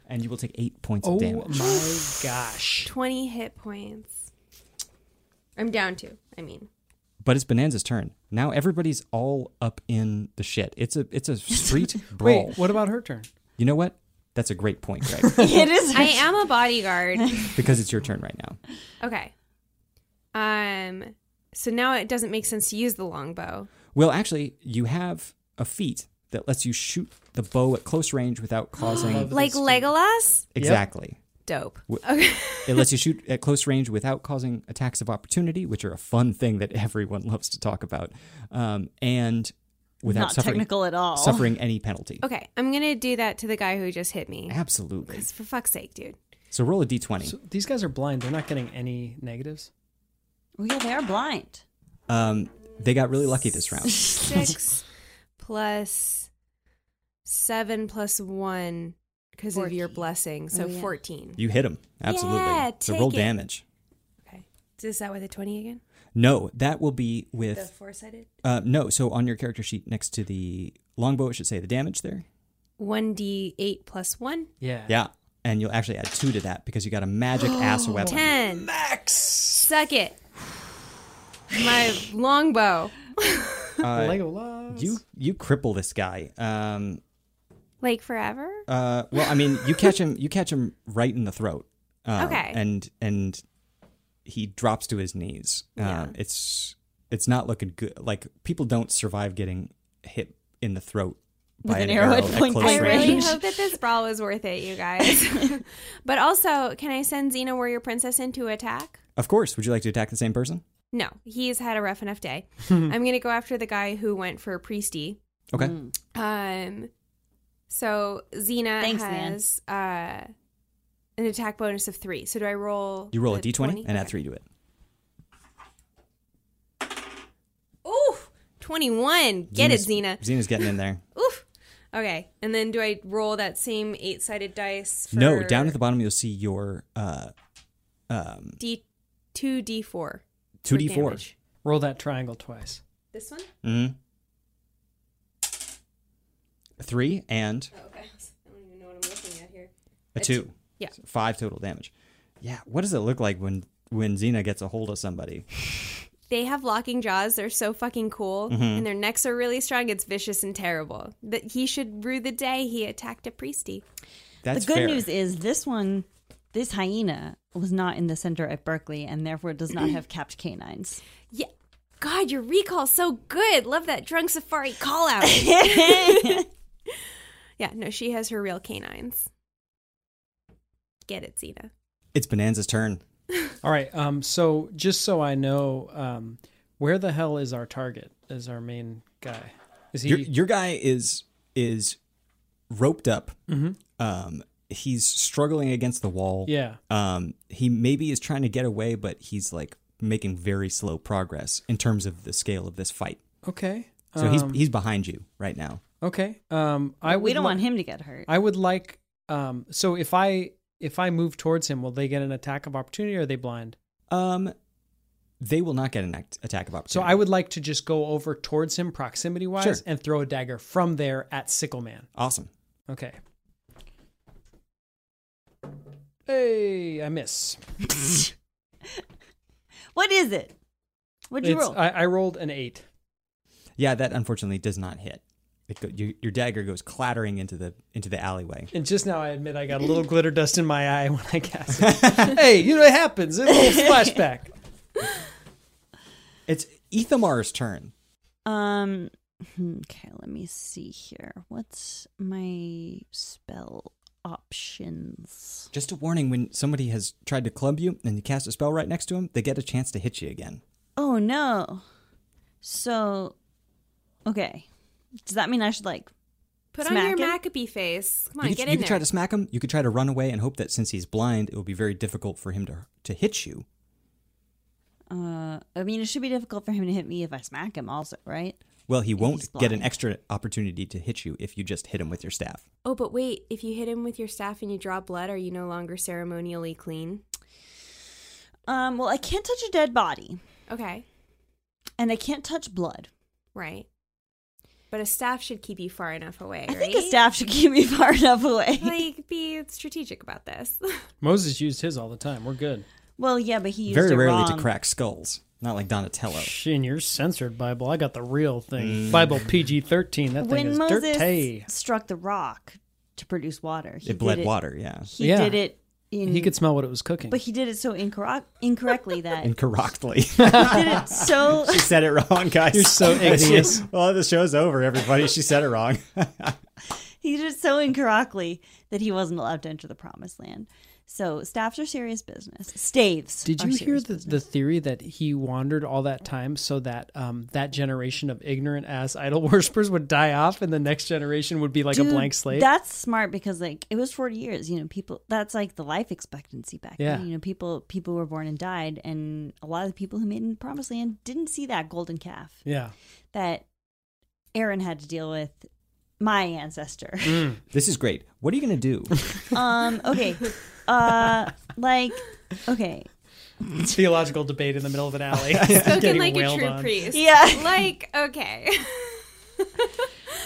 Speaker 1: And you will take eight points
Speaker 4: Oh
Speaker 1: of damage.
Speaker 4: my gosh.
Speaker 3: 20 hit points. I'm down to, I mean.
Speaker 1: But it's Bonanza's turn. Now everybody's all up in the shit. It's a it's a street brawl.
Speaker 4: Wait, what about her turn?
Speaker 1: You know what? That's a great point, Greg.
Speaker 2: it is.
Speaker 3: I am a bodyguard.
Speaker 1: because it's your turn right now.
Speaker 3: Okay. Um. So now it doesn't make sense to use the longbow.
Speaker 1: Well, actually, you have a feat that lets you shoot the bow at close range without causing
Speaker 3: Like Legolas?
Speaker 1: exactly.
Speaker 3: Dope.
Speaker 1: Wh- It lets you shoot at close range without causing attacks of opportunity, which are a fun thing that everyone loves to talk about, um, and without
Speaker 2: not
Speaker 1: suffering
Speaker 2: technical at all.
Speaker 1: suffering any penalty.
Speaker 3: Okay, I'm gonna do that to the guy who just hit me.
Speaker 1: Absolutely.
Speaker 3: 'Cause for fuck's sake, dude.
Speaker 1: So roll a d20.
Speaker 4: So these guys are blind. They're not getting any negatives.
Speaker 2: Well, yeah, they are blind.
Speaker 1: Um, they got really lucky this round.
Speaker 3: Six plus seven plus one because of your
Speaker 2: Fourteen.
Speaker 3: blessing. So
Speaker 2: Oh, yeah.
Speaker 3: fourteen.
Speaker 1: You hit them. Absolutely.
Speaker 3: Yeah,
Speaker 1: so
Speaker 3: take
Speaker 1: roll
Speaker 3: it.
Speaker 1: damage.
Speaker 3: Okay. Is that with a twenty again?
Speaker 1: No, that will be with
Speaker 3: The four sided.
Speaker 1: Uh, no, so on your character sheet next to the longbow, it should say the damage there.
Speaker 3: One d eight plus one.
Speaker 4: Yeah.
Speaker 1: Yeah. And you'll actually add two to that because you got a magic ass weapon.
Speaker 3: Ten.
Speaker 4: Max.
Speaker 3: Suck it. My longbow.
Speaker 1: Uh,
Speaker 4: Legolas.
Speaker 1: you you cripple this guy. Um,
Speaker 3: Like forever?
Speaker 1: Uh, well, I mean, you catch him. You catch him right in the throat. Um,
Speaker 3: Okay.
Speaker 1: And and he drops to his knees. Um, it's it's not looking good. Like people don't survive getting hit in the throat by
Speaker 2: an arrow at point
Speaker 1: close
Speaker 3: I
Speaker 1: range.
Speaker 2: blank
Speaker 3: really
Speaker 2: range.
Speaker 3: hope that this brawl is worth it, you guys. but also, can I send Xena Warrior Princess into attack?
Speaker 1: Of course. Would you like to attack the same person?
Speaker 3: No, he's had a rough enough day. I'm going to go after the guy who went for Priesty.
Speaker 1: Okay.
Speaker 3: Um, so Xena
Speaker 2: Thanks, Nan.
Speaker 3: has uh, an attack bonus of three. So do I roll?
Speaker 1: You roll a
Speaker 3: the
Speaker 1: d twenty and add
Speaker 3: Okay.
Speaker 1: three to it.
Speaker 3: Ooh, 21. Get
Speaker 1: Xena's-
Speaker 3: it, Xena.
Speaker 1: Xena's getting in there.
Speaker 3: Oof. Okay. And then do I roll that same eight sided dice? For
Speaker 1: No, down at the bottom you'll see your uh
Speaker 3: D two D four.
Speaker 1: two d four.
Speaker 3: damage.
Speaker 4: Roll that triangle twice.
Speaker 3: This one?
Speaker 1: Mm. Three and
Speaker 3: Oh, okay. I don't even know what I'm looking at here.
Speaker 1: a two.
Speaker 3: Yeah.
Speaker 1: Five total damage. Yeah. What does it look like when when Xena gets a hold of somebody?
Speaker 3: They have locking jaws. They're so fucking cool,
Speaker 1: Mm-hmm.
Speaker 3: and their necks are really strong. It's vicious and terrible. That he should rue the day he attacked a priestie.
Speaker 1: That's
Speaker 2: the good
Speaker 1: fair.
Speaker 2: news is this one, this hyena, was not in the center at Berkeley and therefore does not have capped canines.
Speaker 3: Yeah. God, your recall's so good. Love that drunk safari call out. yeah, no, she has her real canines. Get it, Zeta.
Speaker 1: It's Bonanza's turn.
Speaker 4: All right. Um. So just so I know, um, where the hell is our target? Is our main guy? Is he?
Speaker 1: Your your guy is is roped up. Um, he's struggling against the wall.
Speaker 4: Mm-hmm. yeah.
Speaker 1: Um, he maybe is trying to get away, but he's like making very slow progress in terms of the scale of this fight.
Speaker 4: Okay.
Speaker 1: So he's
Speaker 4: Um.
Speaker 1: he's behind you right now.
Speaker 4: okay. Um. I would
Speaker 2: we don't
Speaker 4: li-
Speaker 2: want him to get hurt.
Speaker 4: I would like. Um. So if I if I move towards him, will they get an attack of opportunity? or Are they blind?
Speaker 1: Um, they will not get an act- attack of opportunity.
Speaker 4: So I would like to just go over towards him, proximity wise,
Speaker 1: Sure.
Speaker 4: and throw a dagger from there at Sickle Man.
Speaker 1: awesome.
Speaker 4: Okay. Hey, I miss.
Speaker 2: what is it? What'd you
Speaker 4: It's-
Speaker 2: roll?
Speaker 4: I, I rolled an eight.
Speaker 1: Yeah, that unfortunately does not hit. It go, your, your dagger goes clattering into the into the alleyway.
Speaker 4: And just now I admit I got a little glitter dust in my eye when I cast it. hey, you know it happens. It's a little splashback.
Speaker 1: It's Ethamar's turn.
Speaker 2: Um, okay, let me see here. What's my spell options?
Speaker 1: Just a warning: when somebody has tried to club you and you cast a spell right next to them, they get a chance to hit you again.
Speaker 2: Oh no. So, okay. Does that mean I should like?
Speaker 3: Put
Speaker 2: Smack
Speaker 3: on your
Speaker 2: him?
Speaker 3: Maccabee face. Come on,
Speaker 1: you could,
Speaker 3: get
Speaker 1: you
Speaker 3: in
Speaker 1: could
Speaker 3: there.
Speaker 1: try to smack him. You could try to run away and hope that since he's blind, it will be very difficult for him to to hit you.
Speaker 2: Uh, I mean, it should be difficult for him to hit me if I smack him, also, right?
Speaker 1: Well, he
Speaker 2: he's
Speaker 1: won't get an
Speaker 2: blind.
Speaker 1: extra opportunity to hit you if you just hit him with your staff.
Speaker 3: oh, but wait. If you hit him with your staff and you draw blood, are you no longer ceremonially clean?
Speaker 2: Um, well, I can't touch a dead body,
Speaker 3: Okay,
Speaker 2: and I can't touch blood.
Speaker 3: right. But a staff should keep you far enough away.
Speaker 2: I think a
Speaker 3: right?
Speaker 2: staff should keep me far enough away.
Speaker 3: Like, be strategic about this.
Speaker 4: Moses used his all the time. We're good.
Speaker 2: well, yeah, but he used
Speaker 1: Very
Speaker 2: it
Speaker 1: rarely
Speaker 2: wrong.
Speaker 1: to crack skulls. Not like Donatello.
Speaker 4: In your censored Bible, I got the real thing. Bible PG thirteen. That thing
Speaker 2: When
Speaker 4: is
Speaker 2: Moses
Speaker 4: dirty.
Speaker 2: struck the rock to produce water, he
Speaker 1: It bled
Speaker 2: did it,
Speaker 1: water. Yeah.
Speaker 2: He
Speaker 4: Yeah.
Speaker 2: did it in
Speaker 4: He could smell what it was cooking.
Speaker 2: But he did it so incorrect, incorrectly that he
Speaker 1: Incorrectly.
Speaker 2: did it so.
Speaker 1: she said it wrong, guys.
Speaker 4: You're so igneous.
Speaker 1: well, the show's over, everybody. She said it wrong.
Speaker 2: He did it so incorrectly that he wasn't allowed to enter the promised land. So staffs are serious business. Staves.
Speaker 4: Did
Speaker 2: are
Speaker 4: you hear
Speaker 2: serious
Speaker 4: the, the
Speaker 2: business.
Speaker 4: theory that he wandered all that time so that um, that generation of ignorant ass idol worshippers would die off and the next generation would be like a
Speaker 2: Dude,
Speaker 4: blank slate?
Speaker 2: That's smart because like it was forty years. You know, people. That's like the life expectancy back
Speaker 4: Yeah.
Speaker 2: then. You know, people people were born and died, and a lot of the people who made it in the promised land didn't see that golden calf
Speaker 4: yeah.
Speaker 2: that Aaron had to deal with. My ancestor.
Speaker 1: This is great. What are you going to do?
Speaker 2: um. Okay. Uh. Like. Okay.
Speaker 4: Theological debate in the middle of an alley.
Speaker 3: Spoken
Speaker 4: Getting
Speaker 3: like a
Speaker 4: wailed
Speaker 3: true
Speaker 4: on.
Speaker 3: priest.
Speaker 2: Yeah.
Speaker 3: Like, okay.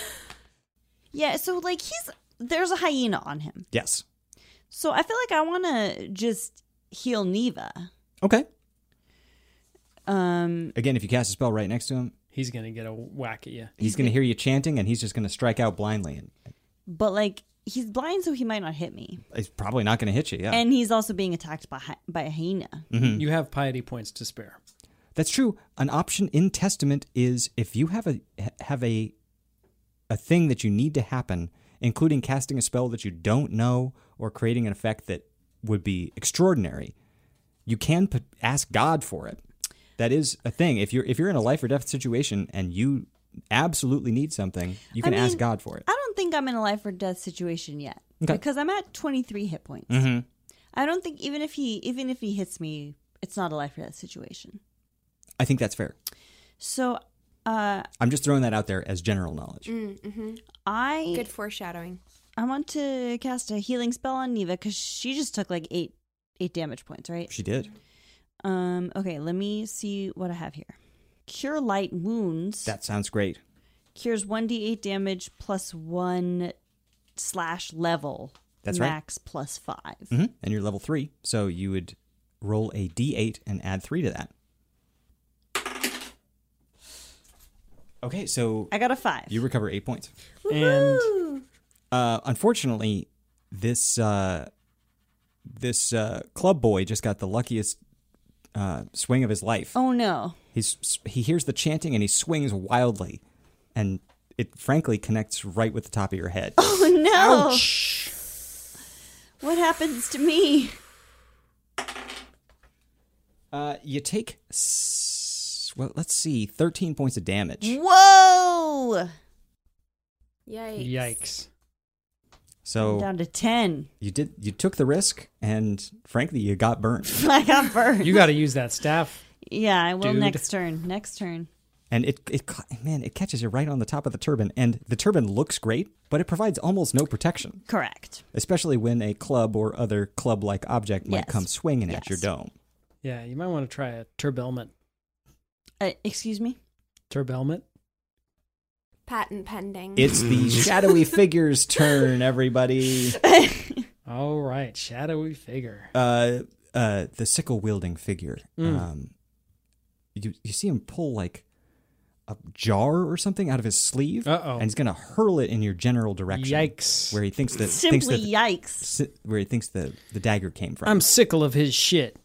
Speaker 2: Yeah, so like he's there's a hyena on him.
Speaker 1: yes.
Speaker 2: So I feel like I want to just heal Neva.
Speaker 1: Okay.
Speaker 2: Um
Speaker 1: Again, if you cast a spell right next to him,
Speaker 4: He's going to get a whack at you.
Speaker 1: he's going to hear you chanting and he's just going to strike out blindly and
Speaker 2: but like he's blind, so he might not hit me.
Speaker 1: It's probably not going to hit you. Yeah,
Speaker 2: And he's also being attacked by, hy- by a hyena.
Speaker 4: You have piety points to spare.
Speaker 1: that's true. An option in testament is if you have a have a a thing that you need to happen, including casting a spell that you don't know or creating an effect that would be extraordinary. You can p- ask God for it. That is a thing. If you're if you're in a life or death situation and you absolutely need something, you
Speaker 2: I
Speaker 1: can ask
Speaker 2: mean,
Speaker 1: God for it.
Speaker 2: I don't think I'm in a life or death situation yet
Speaker 1: Okay.
Speaker 2: because I'm at 23 hit points. I don't think even if he even if he hits me, it's not a life or death situation.
Speaker 1: I think that's fair.
Speaker 2: So uh,
Speaker 1: I'm just throwing that out there as general knowledge.
Speaker 2: Mm. I
Speaker 3: Good foreshadowing.
Speaker 2: I want to cast a healing spell on Neva because she just took like eight eight damage points, right?
Speaker 1: She did.
Speaker 2: Um. Okay. Let me see what I have here. Cure light wounds
Speaker 1: That sounds great.
Speaker 2: cures one d8 damage plus one slash level.
Speaker 1: That's right.
Speaker 2: max plus five.
Speaker 1: hmm And you're level three, so you would roll a d8 and add three to that. Okay, so
Speaker 2: I got a five.
Speaker 1: you recover eight points.
Speaker 4: And
Speaker 1: Uh, unfortunately, this uh, this uh, club boy just got the luckiest uh, swing of his life.
Speaker 2: oh no.
Speaker 1: He's he hears the chanting and he swings wildly, and it frankly connects right with the top of your head.
Speaker 2: Oh no.
Speaker 4: ouch.
Speaker 2: What happens to me?
Speaker 1: Uh, you take s- well, let's see, thirteen points of damage.
Speaker 2: Mm-hmm. Whoa.
Speaker 3: Yikes.
Speaker 4: Yikes.
Speaker 1: So
Speaker 2: Down to ten.
Speaker 1: you did you took the risk, and frankly, you got burned.
Speaker 2: I got burned.
Speaker 4: You got to use that staff.
Speaker 2: yeah, I will
Speaker 4: Dude.
Speaker 2: next turn. Next turn.
Speaker 1: And it it ca- man, it catches you right on the top of the turban, and the turban looks great, but it provides almost no protection,
Speaker 2: Correct.
Speaker 1: especially when a club or other club-like object might
Speaker 2: Yes.
Speaker 1: come swinging at
Speaker 2: Yes.
Speaker 1: your dome.
Speaker 4: Yeah, you might want to try a turbelmet.
Speaker 2: Uh, excuse me.
Speaker 4: Turbelmet?
Speaker 3: Patent pending.
Speaker 1: It's the shadowy figure's turn, everybody.
Speaker 4: All right, shadowy figure.
Speaker 1: uh, uh, the sickle wielding figure.
Speaker 4: Mm.
Speaker 1: Um, you you see him pull like a jar or something out of his sleeve,
Speaker 4: Uh-oh.
Speaker 1: and he's gonna hurl it in your general direction.
Speaker 4: Yikes.
Speaker 1: Where he thinks that thinks
Speaker 2: Simply
Speaker 1: that
Speaker 2: yikes.
Speaker 1: si- where he thinks the the dagger came from.
Speaker 4: I'm sickle of his shit.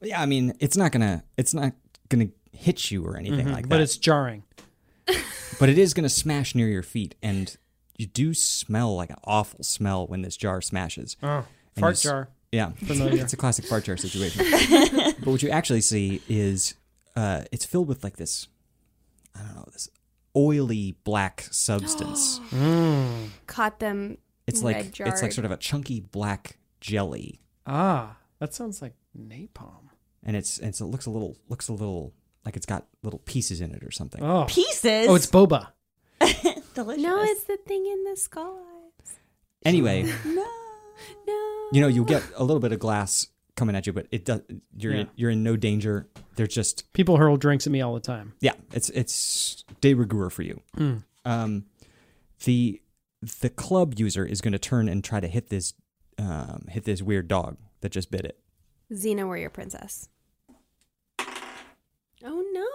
Speaker 1: yeah, I mean, it's not gonna it's not gonna hit you or anything like that,
Speaker 4: Mm-hmm, But it's jarring.
Speaker 1: but it is gonna smash near your feet, and you do smell like an awful smell when this jar smashes.
Speaker 4: Oh,
Speaker 1: And you
Speaker 4: fart
Speaker 1: s-
Speaker 4: jar.
Speaker 1: Yeah,
Speaker 4: Familiar.
Speaker 1: it's a classic fart jar situation. but what you actually see is uh, it's filled with like this, I don't know, this oily black substance.
Speaker 3: Caught them.
Speaker 1: it's like
Speaker 3: Red
Speaker 1: it's like
Speaker 3: jarred.
Speaker 1: sort of a chunky black jelly,
Speaker 4: Ah, that sounds like napalm.
Speaker 1: and it's and so it looks a little looks a little like it's got little pieces in it or something.
Speaker 4: Oh,
Speaker 2: Pieces.
Speaker 4: oh, it's boba.
Speaker 2: delicious.
Speaker 3: No, it's the thing in the skull eyes.
Speaker 1: Anyway,
Speaker 2: no.
Speaker 3: No.
Speaker 1: you know you get a little bit of glass coming at you, but it does. You're in,
Speaker 4: Yeah.
Speaker 1: you're in no danger. They're just
Speaker 4: People hurl drinks at me all the time.
Speaker 1: Yeah, it's it's de rigueur for you.
Speaker 4: Hmm.
Speaker 1: Um, the the club user is going to turn and try to hit this um, hit this weird dog that just bit it,
Speaker 3: Xena, we're your princess.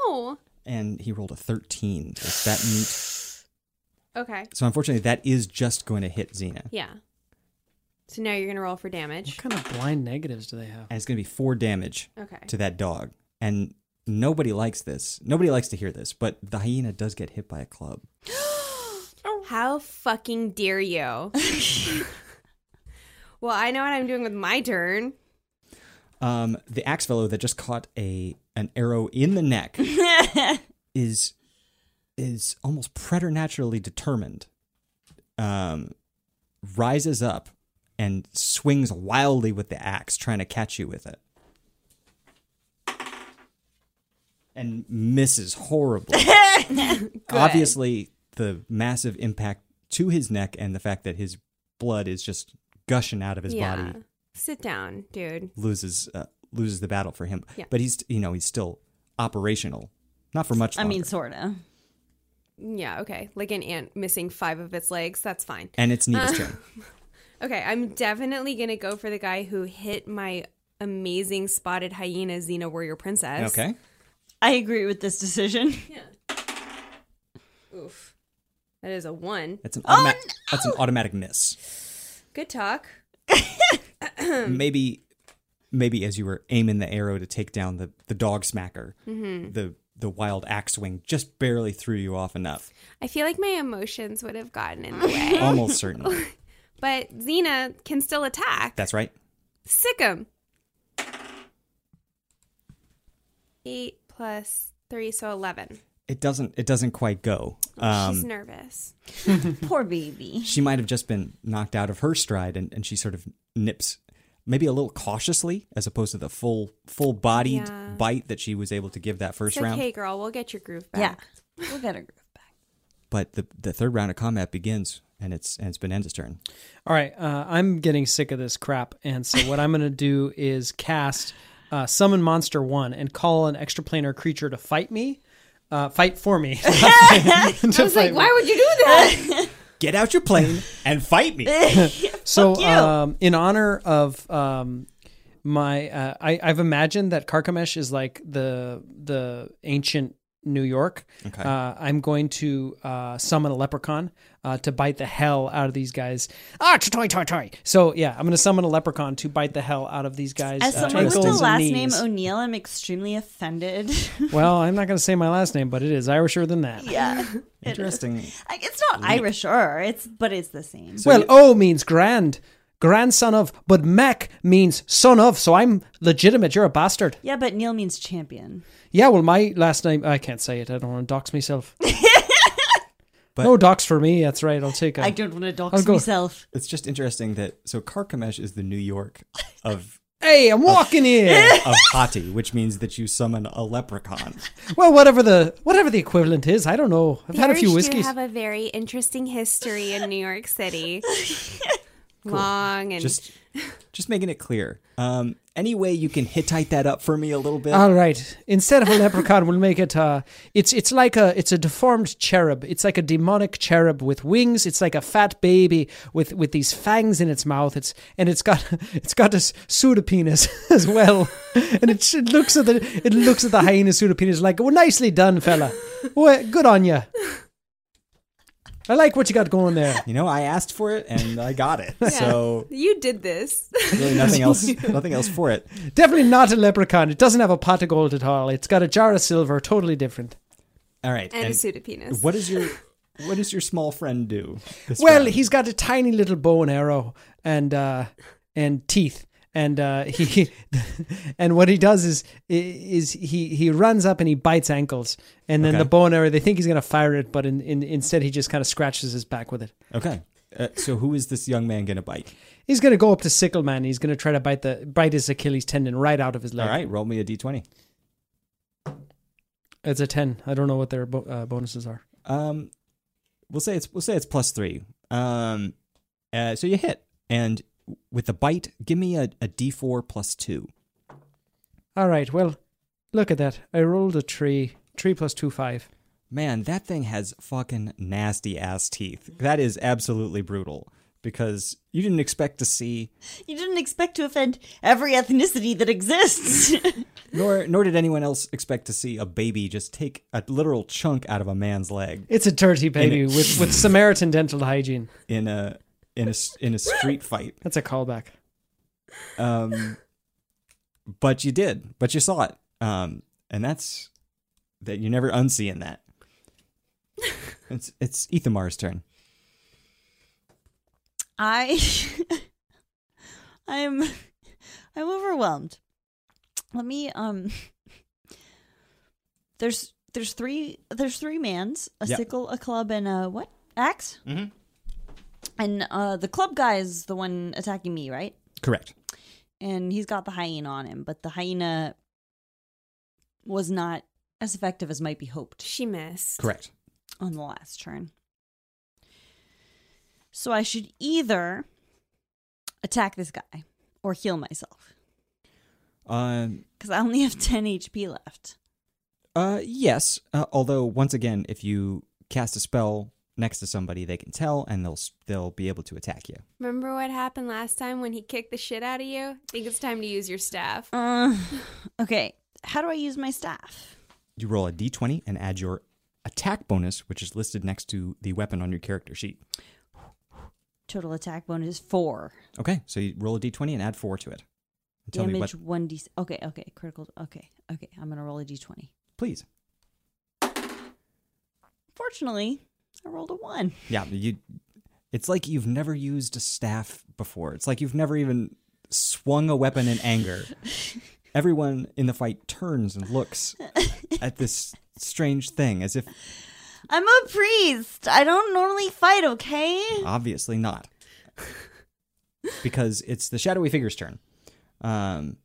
Speaker 3: Oh
Speaker 1: and he rolled a thirteen. So that means-
Speaker 3: no. Okay.
Speaker 1: so unfortunately that is just going to hit Xena,
Speaker 3: Yeah. So now you're gonna roll for
Speaker 4: What
Speaker 3: damage.
Speaker 4: kind of blind negatives do they have?
Speaker 1: and it's going to be four damage
Speaker 3: Okay.
Speaker 1: to that dog. And nobody likes this. Nobody likes to hear this, but the hyena does get hit by a club. Oh.
Speaker 3: How fucking dare you? well, I know what I'm doing with my turn.
Speaker 1: Um, the axe fellow that just caught a an arrow in the neck is is almost preternaturally determined. Um, rises up and swings wildly with the axe, trying to catch you with it, and misses horribly. Obviously, the massive impact to his neck and the fact that his blood is just gushing out of his body
Speaker 3: Sit down, dude.
Speaker 1: loses uh, loses the battle for him.
Speaker 3: Yeah.
Speaker 1: But he's you know he's still operational, not for much
Speaker 2: I
Speaker 1: longer.
Speaker 2: mean, sorta.
Speaker 3: Yeah, okay. Like an ant missing five of its legs. That's fine.
Speaker 1: and it's Neva's turn.
Speaker 3: Okay, I'm definitely gonna go for the guy who hit my amazing spotted hyena Xena warrior princess.
Speaker 1: Okay,
Speaker 2: I agree with this decision.
Speaker 3: Oof.
Speaker 6: That is a one.
Speaker 1: That's
Speaker 2: Oh,
Speaker 1: an automatic. That's an automatic miss.
Speaker 6: Good talk.
Speaker 2: Hmm.
Speaker 1: Maybe, maybe as you were aiming the arrow to take down the the dog smacker,
Speaker 2: Mm-hmm.
Speaker 1: the the wild axe swing just barely threw you off enough,
Speaker 3: I feel like my emotions would have gotten in the way.
Speaker 1: almost certainly.
Speaker 3: but Xena can still attack.
Speaker 1: That's right.
Speaker 6: Sick him.
Speaker 3: Eight plus three, so 11.
Speaker 1: It doesn't. It doesn't quite go. Um,
Speaker 3: She's nervous.
Speaker 2: Poor baby.
Speaker 1: she might have just been knocked out of her stride and, and she sort of nips maybe a little cautiously as opposed to the full full bodied
Speaker 3: Yeah.
Speaker 1: bite that she was able to give that first
Speaker 3: It's
Speaker 1: round
Speaker 3: okay, girl. We'll get your groove back.
Speaker 2: Yeah. We'll get her groove back.
Speaker 1: but the, the third round of combat begins and it's and it's Bonanza's turn
Speaker 4: All right, uh, I'm getting sick of this crap, and so what I'm going to do is cast uh, summon monster one and call an extraplanar creature to fight me, uh, fight for me. I was like,
Speaker 6: Why would you do that?
Speaker 1: get out your plane and fight me
Speaker 4: So, um, in honor of um, my, uh, I, I've imagined that Carchemish is like the the ancient New York.
Speaker 1: Okay.
Speaker 4: Uh, I'm going to uh, summon a leprechaun uh, to bite the hell out of these guys. Ah, toy, toy, toy. So yeah, I'm going to summon a leprechaun to bite the hell out of these guys.
Speaker 2: As
Speaker 4: uh,
Speaker 2: someone with the
Speaker 4: ankles and
Speaker 2: last name
Speaker 4: knees.
Speaker 2: O'Neill, I'm extremely offended.
Speaker 4: well, I'm not going to say my last name, but it is Irisher than that.
Speaker 2: yeah.
Speaker 1: interesting
Speaker 2: Like, It's not Irish or it's but it's the same.
Speaker 4: well, O means grand, grandson of, but Mac means son of. So I'm legitimate. You're a bastard.
Speaker 2: Yeah, but Neil means champion.
Speaker 4: Yeah, well, my last name, I can't say it. I don't want to dox myself.
Speaker 1: But-
Speaker 4: no dox for me. That's right. I'll take
Speaker 2: I
Speaker 4: a.
Speaker 2: don't want to
Speaker 4: I'll
Speaker 2: dox
Speaker 4: go-
Speaker 2: myself.
Speaker 1: it's just interesting that so Karkamesh is the New York of
Speaker 4: Hey, I'm walking in.
Speaker 1: of Hati which means that you summon a leprechaun
Speaker 4: well, whatever the whatever the equivalent is, I don't know. I've
Speaker 3: The
Speaker 4: had a few
Speaker 3: Irish do
Speaker 4: whiskeys.
Speaker 3: have a very interesting history in New York City. Long and
Speaker 1: just just making it clear um any way you can hittite that up for me a little bit
Speaker 4: All right. Instead of a leprechaun, we'll make it. Uh, it's it's like a it's a deformed cherub. It's like a demonic cherub with wings. It's like a fat baby with with these fangs in its mouth. It's and it's got it's got a s- pseudopenis as well. And it, sh- it looks at the it looks at the hyena pseudopenis like, well, nicely done, fella. Well, good on you. I like what you got going there.
Speaker 1: you know I asked for it and I got it so
Speaker 6: you did this.
Speaker 1: really nothing else nothing else for it
Speaker 4: Definitely not a leprechaun. It doesn't have a pot of gold at all. It's got a jar of silver. Totally different.
Speaker 1: all right
Speaker 6: And, a pseudopenis.
Speaker 1: what is your what does your small friend do this
Speaker 4: Well,
Speaker 1: round?
Speaker 4: he's got a tiny little bow and arrow and uh, and teeth. And uh, he and what he does is is he he runs up and he bites ankles, and then
Speaker 1: Okay.
Speaker 4: the bow and arrow. They think he's gonna fire it, but in, in, instead he just kind of scratches his back with it.
Speaker 1: okay uh, so who is this young man gonna bite
Speaker 4: He's gonna go up to Sickle Man. And he's gonna try to bite the bite his Achilles tendon right out of his leg.
Speaker 1: all right roll me a d20
Speaker 4: it's a ten. I don't know what their bo- uh, bonuses are.
Speaker 1: um we'll say it's we'll say it's plus three um uh, so you hit and with the bite give me a, a d4 plus two
Speaker 4: All right. Well, look at that. I rolled a tree. Three plus two five.
Speaker 1: Man, that thing has fucking nasty ass teeth. That is absolutely brutal because you didn't expect to see,
Speaker 2: You didn't expect to offend every ethnicity that exists.
Speaker 1: nor nor did anyone else expect to see a baby just take a literal chunk out of a man's leg
Speaker 4: It's a dirty baby
Speaker 1: it-
Speaker 4: with with Samaritan dental hygiene.
Speaker 1: in a in a s- in a street fight.
Speaker 4: That's a callback.
Speaker 1: Um, but you did, but you saw it, um, and that's that you're never unseeing that. It's it's Ethamar's turn.
Speaker 2: I I'm I'm overwhelmed. Let me um There's there's three there's three mans, a
Speaker 1: Yep.
Speaker 2: sickle, a club and a what? Axe?
Speaker 1: Mhm.
Speaker 2: And uh the club guy is the one attacking me, right?
Speaker 1: Correct.
Speaker 2: And he's got the hyena on him, but the hyena was not as effective as might be hoped
Speaker 3: she missed.
Speaker 1: Correct.
Speaker 2: on the last turn. So I should either attack this guy or heal myself
Speaker 1: Um.
Speaker 2: because I only have 10 HP left.
Speaker 1: Uh, yes. Uh, although, once again, if you cast a spell next to somebody, they can tell, and they'll s- they'll be able to attack you.
Speaker 3: Remember what happened last time when he kicked the shit out of you? I think it's time to use your staff.
Speaker 2: Uh, okay, how do I use my staff?
Speaker 1: You roll a d20 and add your attack bonus, which is listed next to the weapon on your character sheet.
Speaker 2: Total attack bonus four.
Speaker 1: Okay, so you roll a d20 and add four to it. And tell me what,
Speaker 2: Damage one d. Okay, okay, critical. Okay, okay. I'm gonna roll a d twenty.
Speaker 1: please.
Speaker 2: Fortunately, I rolled a one.
Speaker 1: Yeah, you. It's like you've never used a staff before. It's like you've never even swung a weapon in anger. Everyone in the fight turns and looks at this strange thing as if
Speaker 2: I'm a priest. I don't normally fight. Okay.
Speaker 1: Uh. Obviously not. because it's the shadowy figure's turn. Um,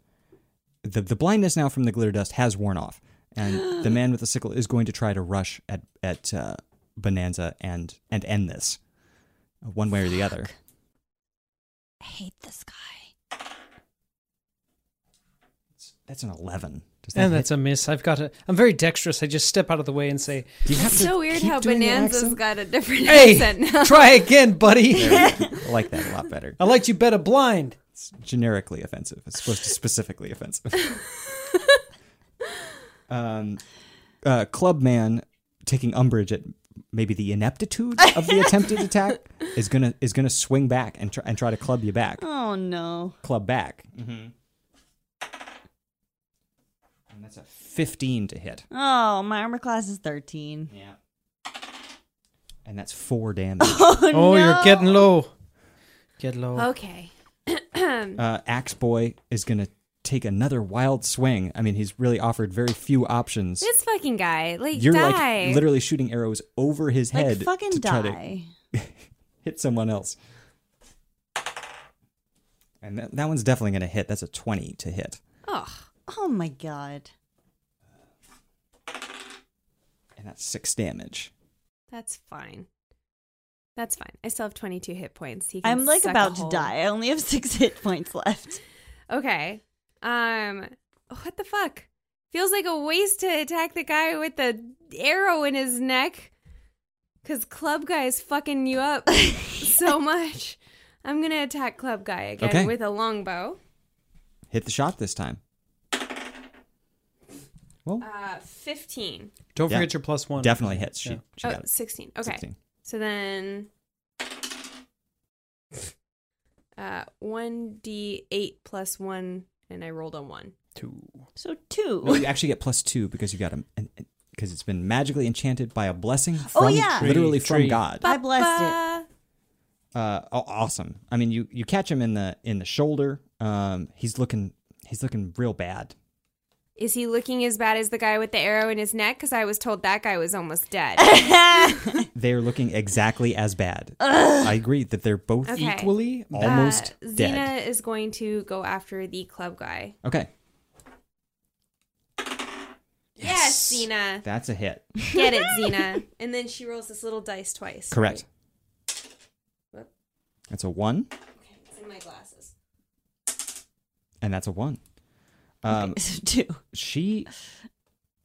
Speaker 1: the, the blindness now from the glitter dust has worn off, and the man with the sickle is going to try to rush at, at uh, Bonanza and, and end this uh, one way or the other.
Speaker 2: I hate this guy.
Speaker 1: That's an 11. Does that
Speaker 4: And
Speaker 1: hit?
Speaker 4: Eh, that's a miss. I've got a. I'm very dexterous. I just step out of the way and say,
Speaker 1: Do you have
Speaker 3: It's
Speaker 1: to
Speaker 3: so weird
Speaker 1: keep
Speaker 3: how
Speaker 1: doing the
Speaker 3: Bonanza's
Speaker 1: accent?
Speaker 3: got a different
Speaker 4: "Hey,
Speaker 3: accent now.
Speaker 4: try again, buddy.
Speaker 1: I like that a lot better.
Speaker 4: I liked you better blind."
Speaker 1: It's generically offensive as opposed to specifically offensive. um, uh, Clubman taking umbrage at maybe the ineptitude of the attempted attack is gonna is gonna swing back and try and try to club you back,
Speaker 2: Oh no.
Speaker 1: club back. Mm-hmm. And that's a fifteen to hit.
Speaker 2: Oh, my armor class is thirteen.
Speaker 1: Yeah. And that's four damage.
Speaker 4: Oh, you're getting low. Get low.
Speaker 7: Okay.
Speaker 1: uh, Axe Boy is gonna take another wild swing. I mean, he's really offered very few options.
Speaker 7: This fucking guy, like,
Speaker 1: You're
Speaker 7: die.
Speaker 1: like literally shooting arrows over his head
Speaker 2: Like fucking
Speaker 1: to try to
Speaker 2: die.
Speaker 1: hit someone else. And that, that one's definitely going to hit. That's a 20 to hit.
Speaker 3: Ugh.
Speaker 2: Oh my god.
Speaker 1: And that's six damage.
Speaker 3: That's fine. That's fine. I still have 22 hit points. He can
Speaker 2: I'm like
Speaker 3: suck a
Speaker 2: about to
Speaker 3: hole.
Speaker 2: die. I only have six hit points left.
Speaker 3: Okay. Um, what the fuck? Feels like a waste to attack the guy with the arrow in his neck. Cause club guy is fucking you up so much. I'm gonna attack club guy again
Speaker 1: Okay.
Speaker 3: with a longbow.
Speaker 1: Hit the shot this time. Well,
Speaker 3: Uh, 15.
Speaker 4: Don't
Speaker 1: Yeah.
Speaker 4: forget your plus one.
Speaker 1: definitely hits. She,
Speaker 4: Yeah.
Speaker 1: she
Speaker 3: Oh,
Speaker 1: got it.
Speaker 3: 16. Okay.
Speaker 1: 16.
Speaker 3: So then, uh, one d eight plus one, and I rolled a one.
Speaker 4: Two.
Speaker 2: So two.
Speaker 1: No, you actually get plus two because you got a. Because it's been magically enchanted by a blessing from,
Speaker 2: Oh, yeah. Tree,
Speaker 1: literally
Speaker 4: tree.
Speaker 1: from God.
Speaker 2: I blessed it.
Speaker 1: uh, aw- awesome. I mean, you you catch him in the in the shoulder. Um, he's looking he's looking real bad.
Speaker 3: Is he looking as bad as the guy with the arrow in his neck? Because I was told that guy was almost dead. Um,
Speaker 1: They're looking exactly as bad. I agree that they're both
Speaker 3: Okay.
Speaker 4: Equally.
Speaker 1: almost
Speaker 3: uh,
Speaker 1: dead.
Speaker 3: Xena is going to go after the club guy.
Speaker 1: Okay,
Speaker 3: Yes, Xena.
Speaker 1: that's a hit.
Speaker 3: Get it, Xena. And then she rolls this little dice twice.
Speaker 1: Correct.
Speaker 3: Whoop.
Speaker 1: That's a one,
Speaker 3: Okay, it's in my glasses.
Speaker 1: and that's a one. Um,
Speaker 2: So two.
Speaker 1: she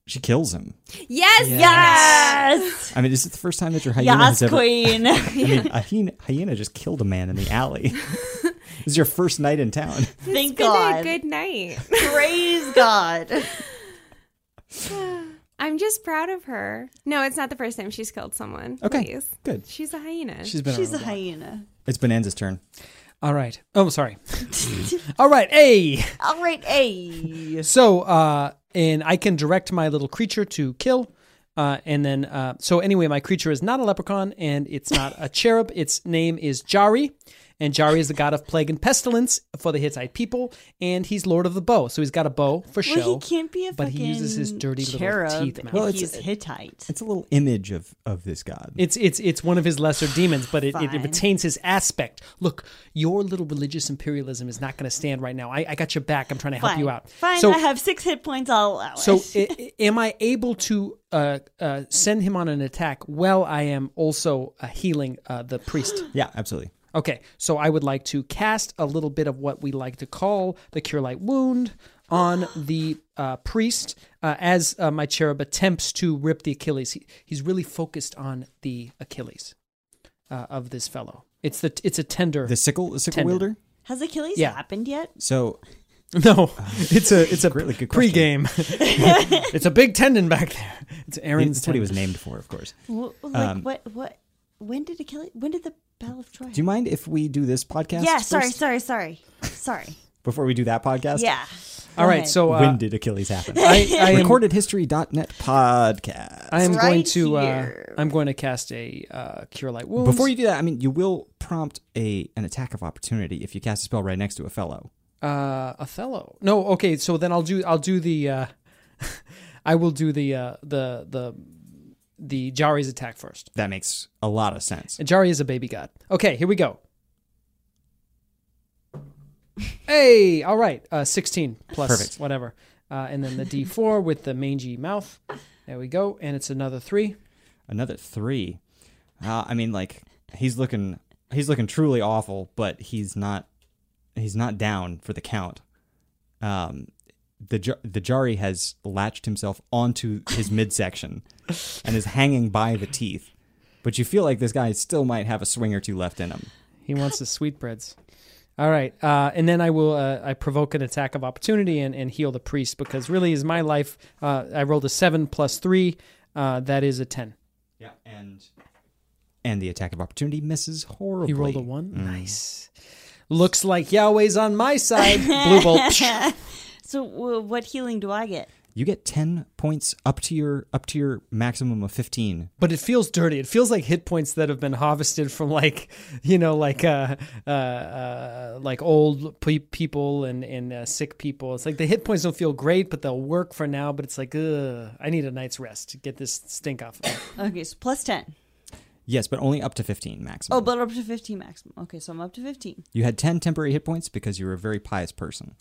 Speaker 1: she kills him.
Speaker 3: Yes!
Speaker 2: Yes.
Speaker 1: I mean, is it the first time that your hyena has
Speaker 2: Yes,
Speaker 1: ever?
Speaker 2: queen.
Speaker 1: I mean, a hyena, hyena just killed a man in the alley. this is your first night in town.
Speaker 2: Thank
Speaker 3: Been a
Speaker 2: God.
Speaker 3: good night.
Speaker 2: Praise God.
Speaker 3: I'm just proud of her. No, it's not the first time she's killed someone.
Speaker 1: Okay,
Speaker 3: Please.
Speaker 1: good.
Speaker 3: She's a hyena.
Speaker 4: She's been.
Speaker 2: She's
Speaker 4: around
Speaker 2: a
Speaker 4: a while.
Speaker 2: hyena.
Speaker 1: It's Bonanza's turn.
Speaker 4: All right. Oh, sorry. All right. Hey.
Speaker 2: All right, hey.
Speaker 4: So, uh, and I can direct my little creature to kill. Uh, and then, uh, so anyway, my creature is not a leprechaun and it's not a cherub. Its name is Jari. And Jari is the god of plague and pestilence for the Hittite people. And he's lord of the bow. So he's got a bow for show.
Speaker 2: Well, he can't be a
Speaker 4: but he uses his
Speaker 2: fucking
Speaker 4: dirty little
Speaker 2: cherub
Speaker 4: teeth mouth.
Speaker 1: Well,
Speaker 2: Well,
Speaker 1: it's-
Speaker 2: he's Hittite.
Speaker 1: It's a little image of of this god.
Speaker 4: It's it's it's one of his lesser demons, but it, it,
Speaker 2: Fine.
Speaker 4: retains his aspect. Look, your little religious imperialism is not going to stand right now. I, I got your back. I'm trying to help
Speaker 2: Fine.
Speaker 4: you out.
Speaker 2: Fine,
Speaker 4: So
Speaker 2: I have six hit points. I'll allow
Speaker 4: so
Speaker 2: it.
Speaker 4: i- i- am I able to uh, uh, send him on an attack? Well, I am also uh, healing uh, the priest.
Speaker 1: yeah, absolutely.
Speaker 4: Okay, so I would like to cast a little bit of what we like to call the Cure Light Wound on the uh, priest uh, as uh, my cherub attempts to rip the Achilles. He, he's really focused on the Achilles uh, of this fellow. It's the it's a tender.
Speaker 1: The sickle, the sickle
Speaker 4: Tendon.
Speaker 1: wielder.
Speaker 2: Has Achilles
Speaker 4: yeah.
Speaker 2: happened yet?
Speaker 1: So
Speaker 4: No, it's a it's a
Speaker 1: Great- good question.
Speaker 4: pregame. it's a big tendon back there. It's Aaron's.
Speaker 1: That's what he was
Speaker 4: tendon.
Speaker 1: named for, of course.
Speaker 2: Well, like
Speaker 1: Um,
Speaker 2: what? What? When did Achilles? When did the Battle of Troy?
Speaker 1: Do you mind if we do this podcast?
Speaker 2: yeah. Sorry.
Speaker 1: first
Speaker 2: Sorry. Sorry. Sorry.
Speaker 1: Before we do that podcast?
Speaker 2: yeah.
Speaker 4: All
Speaker 2: Go
Speaker 4: right,
Speaker 2: ahead.
Speaker 4: so uh,
Speaker 1: when did Achilles happen?
Speaker 4: I, I am,
Speaker 1: recordedhistory.net podcast.
Speaker 4: I am
Speaker 2: It's
Speaker 4: going
Speaker 2: right
Speaker 4: to uh,
Speaker 2: here.
Speaker 4: I'm going to cast a uh, cure light wounds.
Speaker 1: Before you do that, I mean, you will prompt a an attack of opportunity if you cast a spell right next to a fellow.
Speaker 4: uh, Othello. No, okay. So then I'll do I'll do the uh, I will do the uh, the the the Jari's attack first.
Speaker 1: That makes a lot of sense.
Speaker 4: And Jari is a baby god. Okay, here we go. Hey, all right. Uh, 16 plus
Speaker 1: Perfect.
Speaker 4: whatever. Uh, and then the D4 with the mangy mouth. There we go. And it's another three.
Speaker 1: Another three. Uh, I mean, like he's looking he's looking truly awful, but he's not he's not down for the count. Um, the Ja- the Jari has latched himself onto his midsection and is hanging by the teeth. But you feel like this guy still might have a swing or two left in him.
Speaker 4: He wants the sweetbreads. All right. Uh, and then I will uh, I provoke an attack of opportunity and, and heal the priest because really is my life. Uh, I rolled a seven plus three. Uh, that is a 10.
Speaker 1: Yeah, and and the attack of opportunity misses horribly.
Speaker 4: He rolled a one. Nice. Looks like Yahweh's on my side. Blue bolt.
Speaker 2: So w- what healing do I get?
Speaker 1: You get ten points up to your up to your maximum of fifteen.
Speaker 4: but it feels dirty. It feels like hit points that have been harvested from like you know like uh uh, uh like old pe- people and and uh, sick people. It's like the hit points don't feel great, but they'll work for now. But it's like ugh, I need a night's rest to get this stink off. of me.
Speaker 2: Okay, so plus ten.
Speaker 1: Yes, but only up to fifteen maximum.
Speaker 2: Oh, but up to fifteen maximum. Okay, so I'm up to fifteen.
Speaker 1: you had ten temporary hit points because you were a very pious person.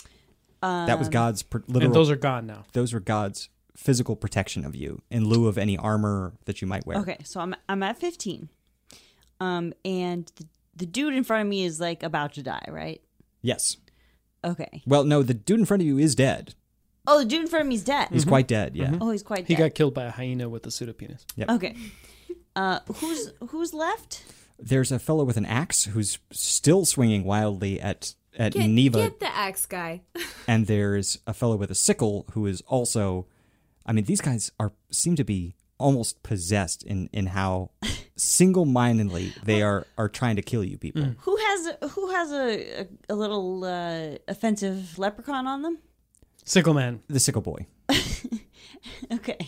Speaker 1: that
Speaker 6: Um,
Speaker 1: was
Speaker 2: Um,
Speaker 1: God's per- literal.
Speaker 4: and those are gone now.
Speaker 1: those were God's physical protection of you in lieu of any armor that you might wear.
Speaker 2: Okay, so I'm I'm at fifteen. Um, and the, the dude in front of me is like about to die, right?
Speaker 1: Yes.
Speaker 2: Okay.
Speaker 1: Well, no, the dude in front of you is dead.
Speaker 2: Oh, the dude in front of me is dead.
Speaker 6: Mm-hmm.
Speaker 1: He's quite dead. Yeah.
Speaker 2: Oh, he's quite
Speaker 4: He
Speaker 2: dead.
Speaker 4: got killed by a hyena with a pseudopenis.
Speaker 2: okay. Uh, who's who's left?
Speaker 1: There's a fellow with an axe who's still swinging wildly at at
Speaker 6: Get,
Speaker 1: Neva.
Speaker 6: get the axe guy.
Speaker 1: and there's a fellow with a sickle who is also i mean these guys are seem to be almost possessed in in how single-mindedly they are are trying to kill you people
Speaker 6: Mm.
Speaker 2: Who has who has a a, a little uh, offensive leprechaun on them?
Speaker 4: Sickle man.
Speaker 1: the sickle boy
Speaker 2: Okay.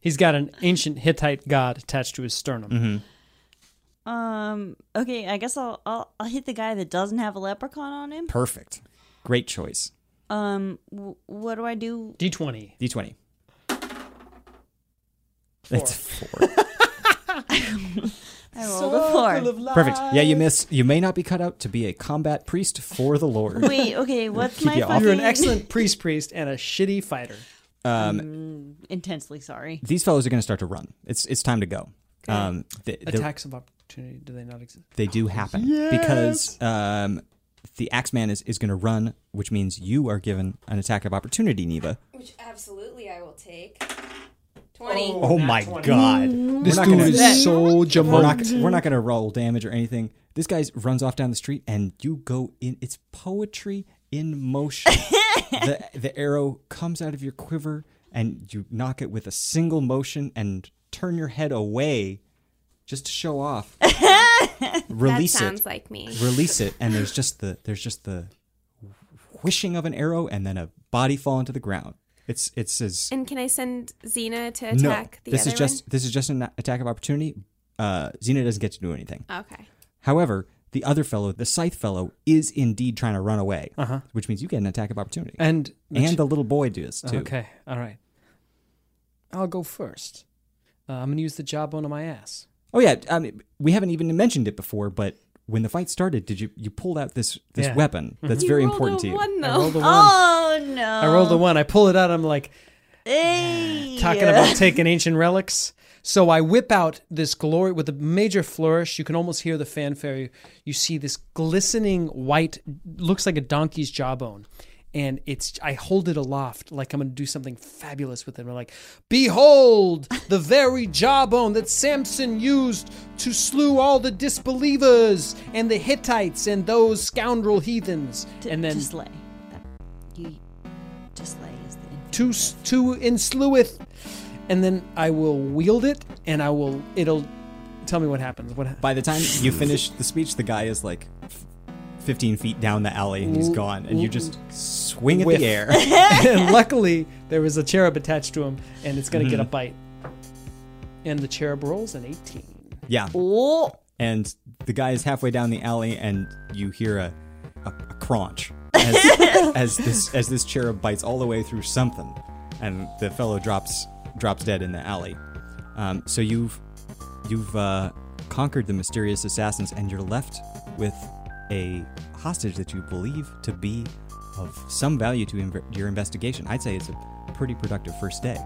Speaker 4: He's got an ancient Hittite god attached to his sternum.
Speaker 1: Mm-hmm.
Speaker 2: Um. Okay. I guess I'll I'll, I'll hit the guy that doesn't have a leprechaun on him.
Speaker 1: perfect great choice
Speaker 2: Um. W- what do I do?
Speaker 4: D twenty.
Speaker 1: d20 that's four
Speaker 2: I rolled a four.
Speaker 1: perfect yeah you miss you may not be cut out to be a combat priest for the lord
Speaker 2: Wait. Okay. What's
Speaker 1: Keep
Speaker 2: my
Speaker 1: you off.
Speaker 2: fucking?
Speaker 4: You're an excellent priest, priest, and a shitty fighter.
Speaker 2: Intensely sorry.
Speaker 1: these fellows are going to start to run it's it's time to go um the, the-
Speaker 4: Attacks of opportunity do they not exist?
Speaker 1: they do happen because um, the Axeman is, is going to run, which means you are given an attack of opportunity, Neva.
Speaker 6: Which absolutely I will take. 20.
Speaker 1: Oh my god!
Speaker 4: This
Speaker 1: we're not
Speaker 4: dude
Speaker 1: gonna,
Speaker 4: is so
Speaker 1: we're
Speaker 4: jamon.
Speaker 1: not, we're not going to roll damage or anything. This guy runs off down the street, and you go in. It's poetry in motion. the the arrow comes out of your quiver, and you knock it with a single motion, and turn your head away, just to show off. Release
Speaker 3: that
Speaker 1: it.
Speaker 3: sounds like me.
Speaker 1: release it and there's just the there's just the whooshing of an arrow and then a body falling to the ground it's it's as
Speaker 3: And can I send Xena to
Speaker 1: no
Speaker 3: attack the
Speaker 1: this
Speaker 3: other
Speaker 1: is just this is just an attack of opportunity uh xena doesn't get to do anything
Speaker 3: one? Okay.
Speaker 1: however the other fellow the scythe fellow is indeed trying to run away uh-huh. which means you get an attack of opportunity
Speaker 4: and
Speaker 1: and the little boy does too
Speaker 4: Okay, all right. I'll go first. Uh, I'm gonna use the jawbone of my ass.
Speaker 1: oh yeah i mean we haven't even mentioned it before but when the fight started did you you pulled out this this
Speaker 4: Yeah. Mm-hmm.
Speaker 1: weapon that's very important to you
Speaker 6: One,
Speaker 4: I rolled
Speaker 6: though.
Speaker 4: a one.
Speaker 2: Oh no.
Speaker 4: I rolled a one. I pull it out. I'm like
Speaker 2: Hey.
Speaker 4: talking about taking ancient relics. So I whip out this glory with a major flourish. You can almost hear the fanfare. You see this glistening white, looks like a donkey's jawbone. And it's I hold it aloft like I'm gonna do something fabulous with it. I'm like, behold the very jawbone that Samson used to slew all the disbelievers and the Hittites and those scoundrel heathens.
Speaker 2: to,
Speaker 4: and then
Speaker 2: to slay. That- you Dislay is the infant.
Speaker 4: to s- to ensleweth, and then I will wield it, and I will. It'll tell me what happens. What hap-
Speaker 1: By the time you finish the speech, the guy is like f- 15 feet down the alley and he's gone, and you just swing at
Speaker 4: Whiff.
Speaker 1: the air.
Speaker 4: and luckily there is a cherub attached to him, and it's gonna get a bite. And the cherub rolls an eighteen.
Speaker 1: Yeah.
Speaker 2: Oh,
Speaker 1: And the guy is halfway down the alley, and you hear a, a, a crunch as, as this as this cherub bites all the way through something, and the fellow drops drops dead in the alley. Um, so you've you've uh, conquered the mysterious assassins, and you're left with a hostage that you believe to be of some value to inv- your investigation. I'd say it's a pretty productive first day.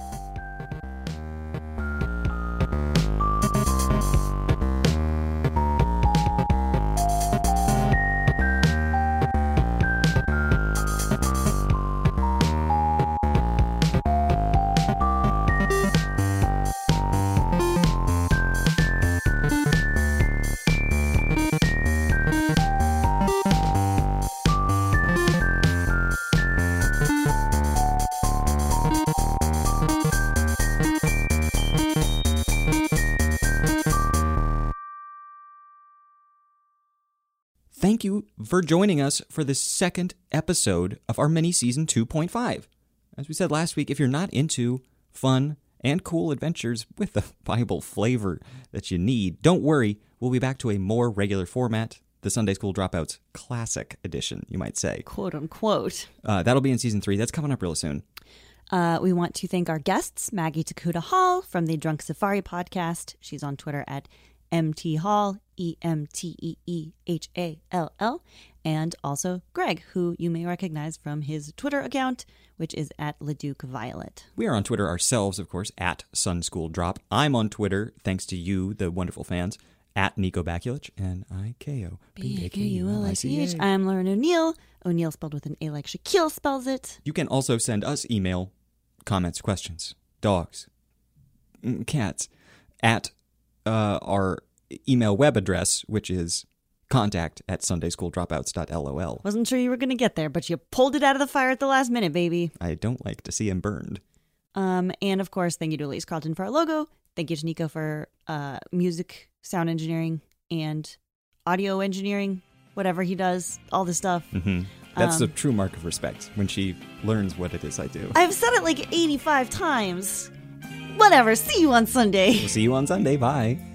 Speaker 1: Thank you for joining us for the second episode of our mini season 2.5. As we said last week, if you're not into fun and cool adventures with the Bible flavor that you need, don't worry. We'll be back to a more regular format, the Sunday School Dropouts Classic Edition, you might say.
Speaker 2: quote unquote.
Speaker 1: Uh, that'll be in season three. That's coming up real soon.
Speaker 2: Uh, we want to thank our guests, Maggie Takuta Hall from the Drunk Safari podcast. She's on Twitter at MT Hall, E M T E E H A L L, and also Greg, who you may recognize from his Twitter account, which is at Leduc Violet.
Speaker 1: We are on Twitter ourselves, of course, at Sun School Drop. I'm on Twitter, thanks to you, the wonderful fans, at Nico Bakulich, and I K O B A K U L I C H.
Speaker 2: I'm Lauren O'Neill. O'Neill spelled with an A like Shaquille spells it.
Speaker 1: You can also send us email, comments, questions, dogs, mm, cats, at uh, our email web address, which is contact at sundaysschooldropouts.lol.
Speaker 2: Wasn't sure you were going to get there, but you pulled it out of the fire at the last minute, baby.
Speaker 1: I don't like to see him burned.
Speaker 2: Um, and of course, thank you to Elise Carlton for our logo. Thank you to Nico for uh, music, sound engineering, and audio engineering, whatever he does, all this stuff.
Speaker 1: hmm That's the
Speaker 2: Um.
Speaker 1: true mark of respect when she learns what it is I do.
Speaker 2: I've said it like 85 times. Whatever. See you on Sunday.
Speaker 1: We'll see you on Sunday. Bye.